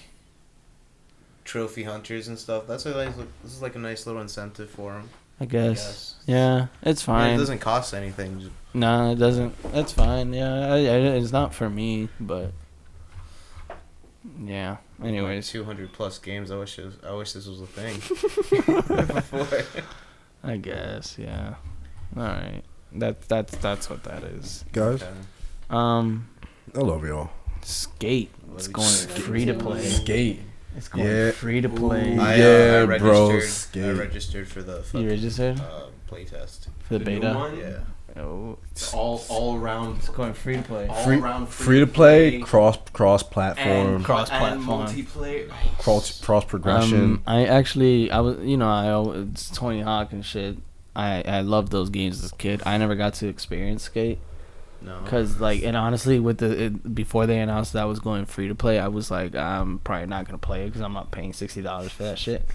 trophy hunters and stuff, that's a nice. This is like a nice little incentive for them. I I guess. guess. Yeah, it's I mean, fine. it doesn't cost anything. Just- nah, it doesn't. That's fine. Yeah, I, I, it's not for me, but yeah. Anyways, two hundred plus games. I wish. It was, I wish this was *laughs* a thing. Before. I guess yeah. All right. That that's that's what that is. Guys, Um, I love y'all. skate. It's going Skate. free to play. Skate. It's going Yeah. free to play. Ooh. I, Yeah, uh, I bro, registered- I skate. registered for the You fucking, registered uh, playtest. for the beta? Yeah. Oh, It's all all around it's going free to play. all Free, around free to play, free-to-play, cross cross platform, cross and platform. multiplayer. cross cross progression. Um, I actually, I was, you know, I al- it's Tony Hawk and shit. I I loved those games as a kid. I never got to experience skate No. because, like, and honestly, with the it, before they announced that I was going free to play, I was like, I'm probably not gonna play it because I'm not paying sixty dollars for that shit.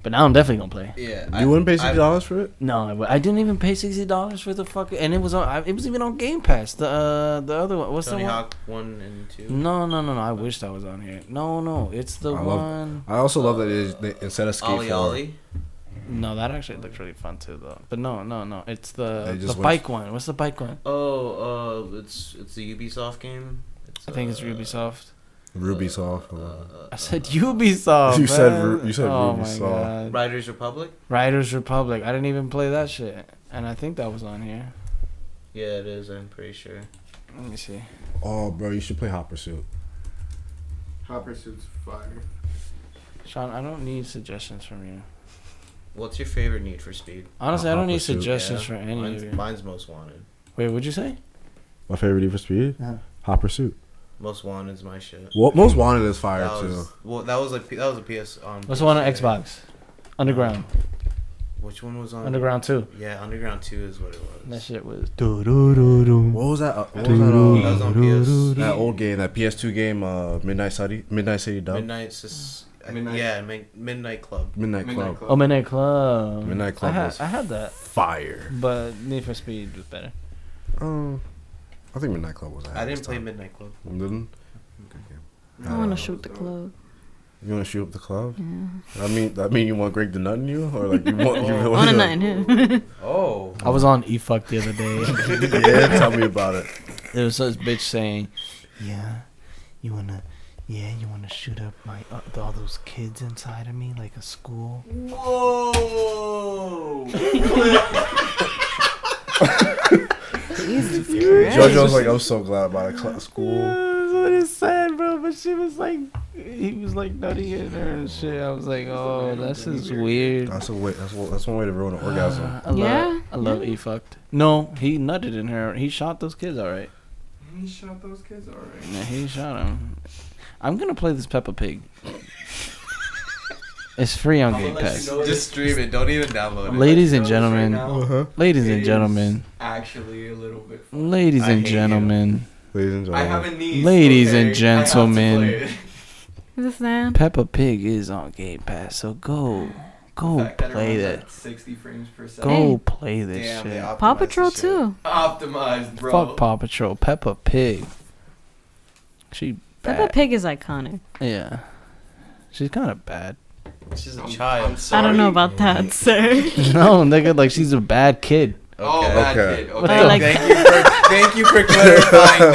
But now I'm definitely gonna play. Yeah. You wouldn't pay sixty dollars for it? No, I w- I didn't even pay sixty dollars for the fuck, and it was on. I- It was even on Game Pass. The uh, the other one. What's Tony the one? Hawk one and two. No, no, no, no. I wish that was on here. No, no. It's the I love- one. I also love that it, they, instead of skate Ollie four, Ollie. No, that actually looked really fun too, though. But no, no, no. It's They the just the went- bike one. What's the bike one? Oh, uh, it's it's the Ubisoft game. It's, I think it's uh, Ubisoft. Ruby soft. Uh, or- uh, I said Ubisoft. You said man. Oh Ru- you said Ubisoft. God. Riders Republic. Riders Republic. I didn't even play that shit, and I think that was on here. Yeah, it is. I'm pretty sure. Let me see. Oh, bro, you should play Hot Pursuit. Hot Pursuit's fire. Sean, I don't need suggestions from you. What's your favorite Need for Speed? Honestly, I Hot don't need Pursuit. suggestions for any mine's, of you. mine's Most Wanted. Wait, what'd you say? My favorite Need for Speed. Hot Pursuit. Most Wanted's my shit. Well, most wanted is fire that too. was, well, that was a P- um, that was a PS on. What's the one on PS3. Xbox? Underground. Which one was on? Underground 2. Yeah, Underground Two is what it And that was. shit was. What was that? Uh, what was that, uh, That was on PS. that old game, that PS2 game, uh, Midnight City, Midnight City Dub, Midnight, Midnight. Sus- I- Midnight- Yeah, Min- Midnight Club. Club. Midnight Oh, Midnight Club. Midnight Club I, ha- was- I had that, Fire. but Need for Speed was better. Um, I think Midnight Club was. ahead I of didn't its play time. Midnight Club. Didn't? I want to shoot the club. You want to shoot up the club? I mean, I mean, you want Greg the nut in you, or like you want you really I want a nut Oh, in him. *laughs* Oh, I was on E Fuck the other day. *laughs* yeah, tell me about it. there was this bitch *laughs* saying, "Yeah, you wanna, yeah, you wanna shoot up my uh, all those kids inside of me like a school." JoJo's like, I'm so glad about it. Cl- school. That's what it said, bro. But she was like, he was like nutty in her and shit. I was like, oh, that's just weird. That's a way. That's one- that's one way to ruin an orgasm. I love, Yeah, I love E fucked. No, he nutted in her. He shot those kids, all right. He shot those kids alright. Yeah, he shot him. I'm gonna play this Peppa Pig. *laughs* it's free on Game Pass. just stream it. Don't even download it. Ladies and gentlemen, ladies and It gentlemen, is actually a little bit. Fun. ladies I and hate you. gentlemen, Ladies and I gentlemen. have a niece. Ladies and okay? I have to gentlemen. *laughs* play it. Is this that? Peppa Pig is on Game Pass. So go, The go fact that it play runs that. at 60 frames per second. Go play this Damn, shit. they optimized Paw the Patrol shit. too. Optimized, bro. Fuck Paw Patrol. Peppa Pig. She Peppa bad. Pig is iconic. Yeah. She's kind of bad. *laughs* She's a I'm- child. I'm I don't know sorry. about that, sir. no, nigga, like she's a bad kid. Oh, Okay. that Okay. *laughs* kid. What Okay. the- like, Thank you for thank you for *laughs* clarifying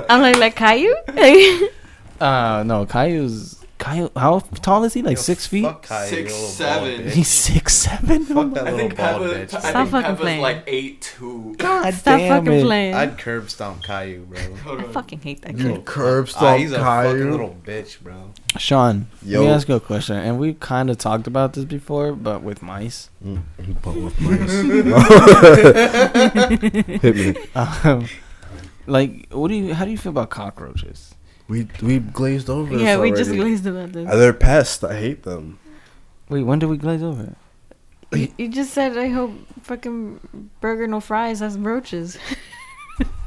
now. I'm like, like Caillou? *laughs* Uh, no, Caillou's Caillou. How tall is he? Like Yo, six feet. Fuck Kai, Six, you little bald seven. bitch. He's six seven. Fuck that I little think bald Peppa, I bitch. think Stop fucking Peppa's playing. like 8 2. God Stop damn fucking it. playing. I, I'd curb stomp Caillou, bro. fucking hate that You kid. curb Ah, stomp he's a fucking Caillou. little bitch, bro. Sean, Yo. let me ask you a question. And we kind of talked about this before, but with mice. But with mice. Hit me. Um, like, what do you? How do you feel about cockroaches? *laughs* We we glazed over. this Yeah, we just already. glazed about this. Uh, They're pests. I hate them. Wait, when did we glaze over? it? *clears throat* You, you just said I hope fucking burger no fries has roaches. *laughs*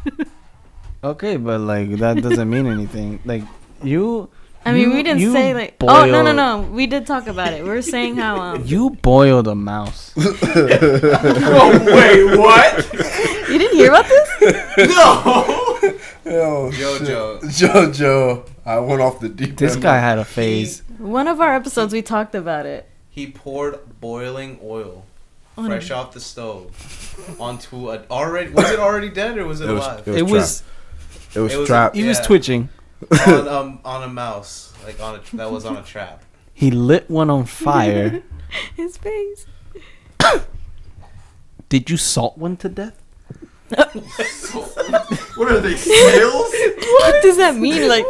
Okay, but like that doesn't *laughs* mean anything. Like you. I mean, you- we didn't you say like. Oh no no boiled- no, we did talk about it. We were *laughs* saying how um, You boiled a mouse. Wait, what? you didn't hear about this. no! Yo, Jojo. Jojo. I went off the deep *laughs* This guy had a phase. One of our episodes, we talked about it. He poured boiling oil On fresh off the stove onto a already was it already dead or was it, It was, alive? it was, It was. It was it was- trapped. He was Yeah. twitching. on, um, on a mouse, like on a tr that was on a trap. He lit one on fire. His face. Did you salt one to death? What are they, snails? What *laughs* does that mean? Like,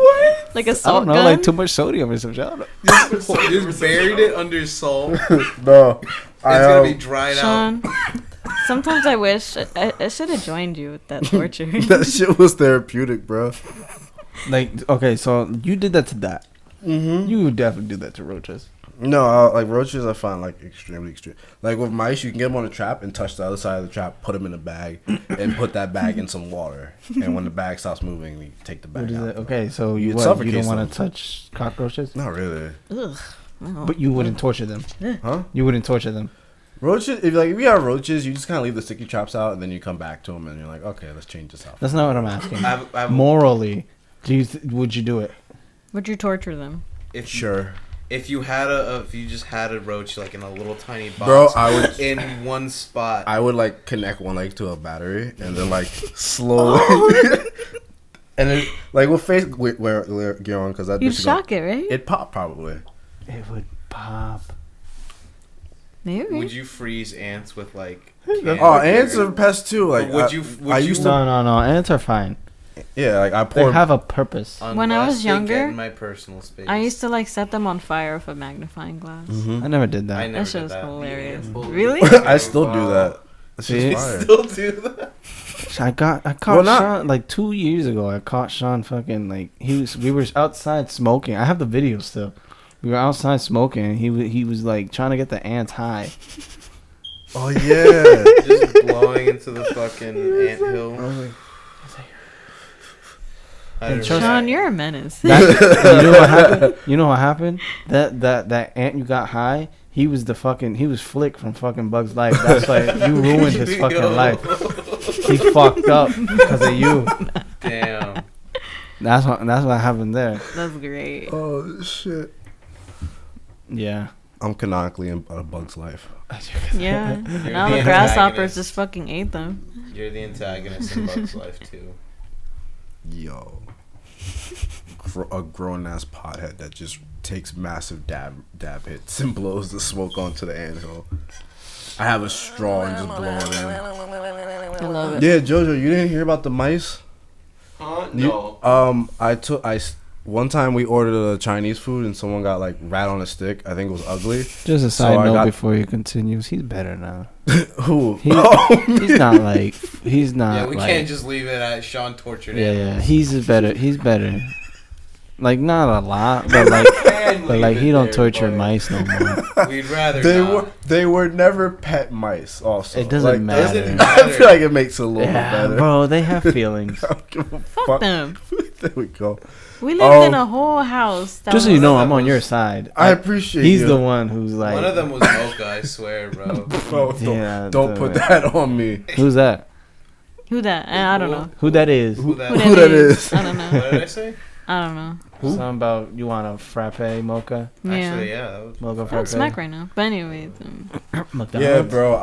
like a I salt don't know, gun? like too much sodium or some shit. I don't know. Just buried it under salt. It's no, I gonna be um, dried out. Sean. Sometimes I wish I, I, I should have joined you with *laughs* that torture. that shit was therapeutic, bro. Like okay, so you did that to that. Mm-hmm. You would definitely do that to roaches. No, I, like roaches, I find like extremely extreme. Like with mice, you can get them on a trap and touch the other side of the trap, put them in a bag, and put that bag in some water. And when the bag stops moving, you take the What bag is out. it? Okay, so You'd you what, you suffocate don't want them. to touch cockroaches. Not really. Ugh. No. But you wouldn't torture them. Huh? You wouldn't torture them. Roaches, if like if you have roaches, you just kind of leave the sticky traps out, and then you come back to them, and you're like, okay, let's change this out. That's not what I'm asking. I have, I have, Morally, do you th- would you do it? Would you torture them? if Sure, if you had a, a if you just had a roach like in a little tiny box, bro. I would *laughs* in one spot. I would like connect one leg to a battery and then *laughs* like slowly. Oh. *laughs* and then like what face where where, where get on because that You'd bitch go- shock it, right? It popped probably. It would pop. Maybe. would you freeze ants with like? Oh, ants are pests too. Like would I, you- would I you- used to No, no, no. Ants are fine. yeah like I They poured have a purpose. When I Unless they was get younger, in my personal space. I used to like set them on fire with a magnifying glass. I never did that. I never That did shit was that. *laughs* hilarious. Holy *laughs* Really? cow. *laughs* I still do that. It's See? just fire. Still do that. I got I caught Well, not- Sean like two years ago. I caught Sean fucking like he was. We were outside smoking. I have the video still. We were outside smoking. And he wa- he was like trying to get the ants high. Oh yeah. Just blowing into the *laughs* fucking ant hill. I don't know. Sean, you're a menace. *laughs* That- you know what happened? You know what happened? That that that ant you got high. He was the fucking. He was Flick from fucking Bugs Life. That's why *laughs* you ruined his Yo. fucking life. He fucked up because of you. Damn. That's what that's what happened there. That's great. oh shit. Yeah. I'm canonically in a bug's life. Yeah. You're now the being grasshoppers antagonist. just fucking ate them. You're the antagonist in Buck's *laughs* life too. Yo. Gro- a grown ass pothead that just takes massive dab dab hits and blows the smoke onto the anthill. I have a straw and just blow it I love in. it. Yeah, Jojo, you didn't hear about the mice? Huh? You- No. Um, I took I s- one time we ordered a Chinese food and someone got like rat on a stick. I think it was ugly. *laughs* Just a So side I note got- before he continues. He's better now. Who? *laughs* Oh, He- He's not like. He's Uh, not. yeah, we like, can't just leave it at Sean tortured Yeah, animals. yeah, he's a better. He's better. Like not a lot, but *laughs* like, Can but leave like it he don't there, torture but- mice no more. We'd rather they not. were they were never pet mice. Also, It doesn't Like, that's- matter. I feel like it makes it a little Yeah, bit better. bro, they *laughs* have feelings. *laughs* I don't give a Fuck fuck. them. there we go. We lived in Um, a whole house. That Just so you was- know, I'm on your side. I appreciate He's you. the one who's like. One of them was Mocha, I swear, bro. Bro, *laughs* don't, Yeah, don't put that on me. Who's that? Who that? I, I don't know. Who that is? Who that, Who what that, Who that is? is? I don't know. did I say? I don't know. Something about you want a frappe mocha, Yeah. Actually, yeah. That was mocha I don't frappe. smack right now. But anyways, um, Yeah, McDonald's? bro.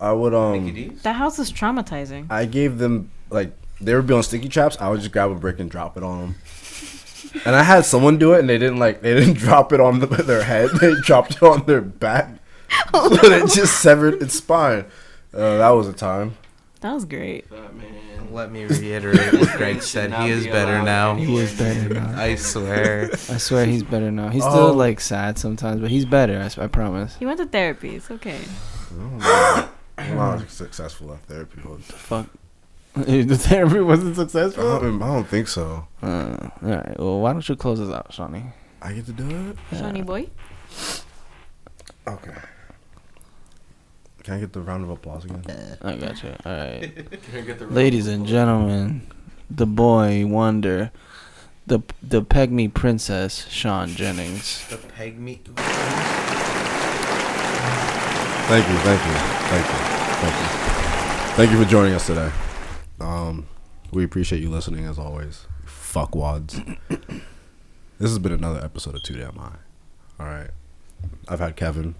I I would Mickey um. D's. that house is traumatizing. I gave them like they would be on sticky traps. I would just grab a brick and drop it on them. And I had someone do it, and they didn't like they didn't *laughs* drop it on the, their head. They *laughs* dropped it on their back, so it just severed its spine. Uh, that was a time. That was great. That man. Let me reiterate what Greg *laughs* Should said. not He is be better allowed now. anywhere is better near now. I swear. I swear he's better now. He's still Oh. like sad sometimes, but he's better. I, s- I promise. *laughs* He went to therapy. It's okay. Well, I was successful at therapy. I the therapy wasn't successful. don't, I don't think so. Uh, all right. Well, why don't you close us out, Shawnee? I get to do it. Shawnee boy. Okay. Can I get the round of applause again? I gotcha. All *laughs* right, Can I get the ladies and gentlemen, the boy wonder, the the pygmy princess, Sean Jennings. The peg meat. *laughs* Thank you, thank you, thank you, thank you, thank you for joining us today. Um, we appreciate you listening as always. Fuckwads. this has been another episode of Two Damn High. All right, I've had Kevin.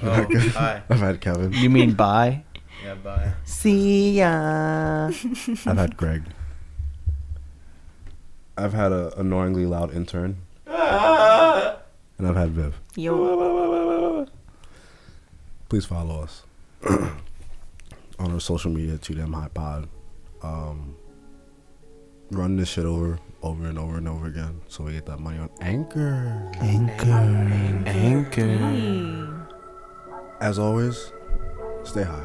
Oh, hi. I've had Kevin. You mean bye? Yeah, bye. See ya. I've had Greg. I've had a annoyingly loud intern, and I've had Viv. Yo. please follow us *clears throat* on our social media to them high pod um, run this shit over over and over and over again so we get that money on anchor Hey. as always stay high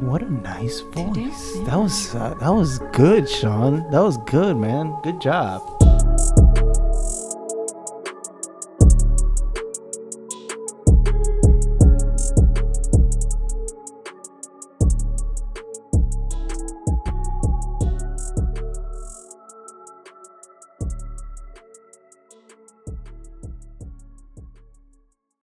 What a nice damn voice. That was uh, that was good, Sean. That was good, man. Good job.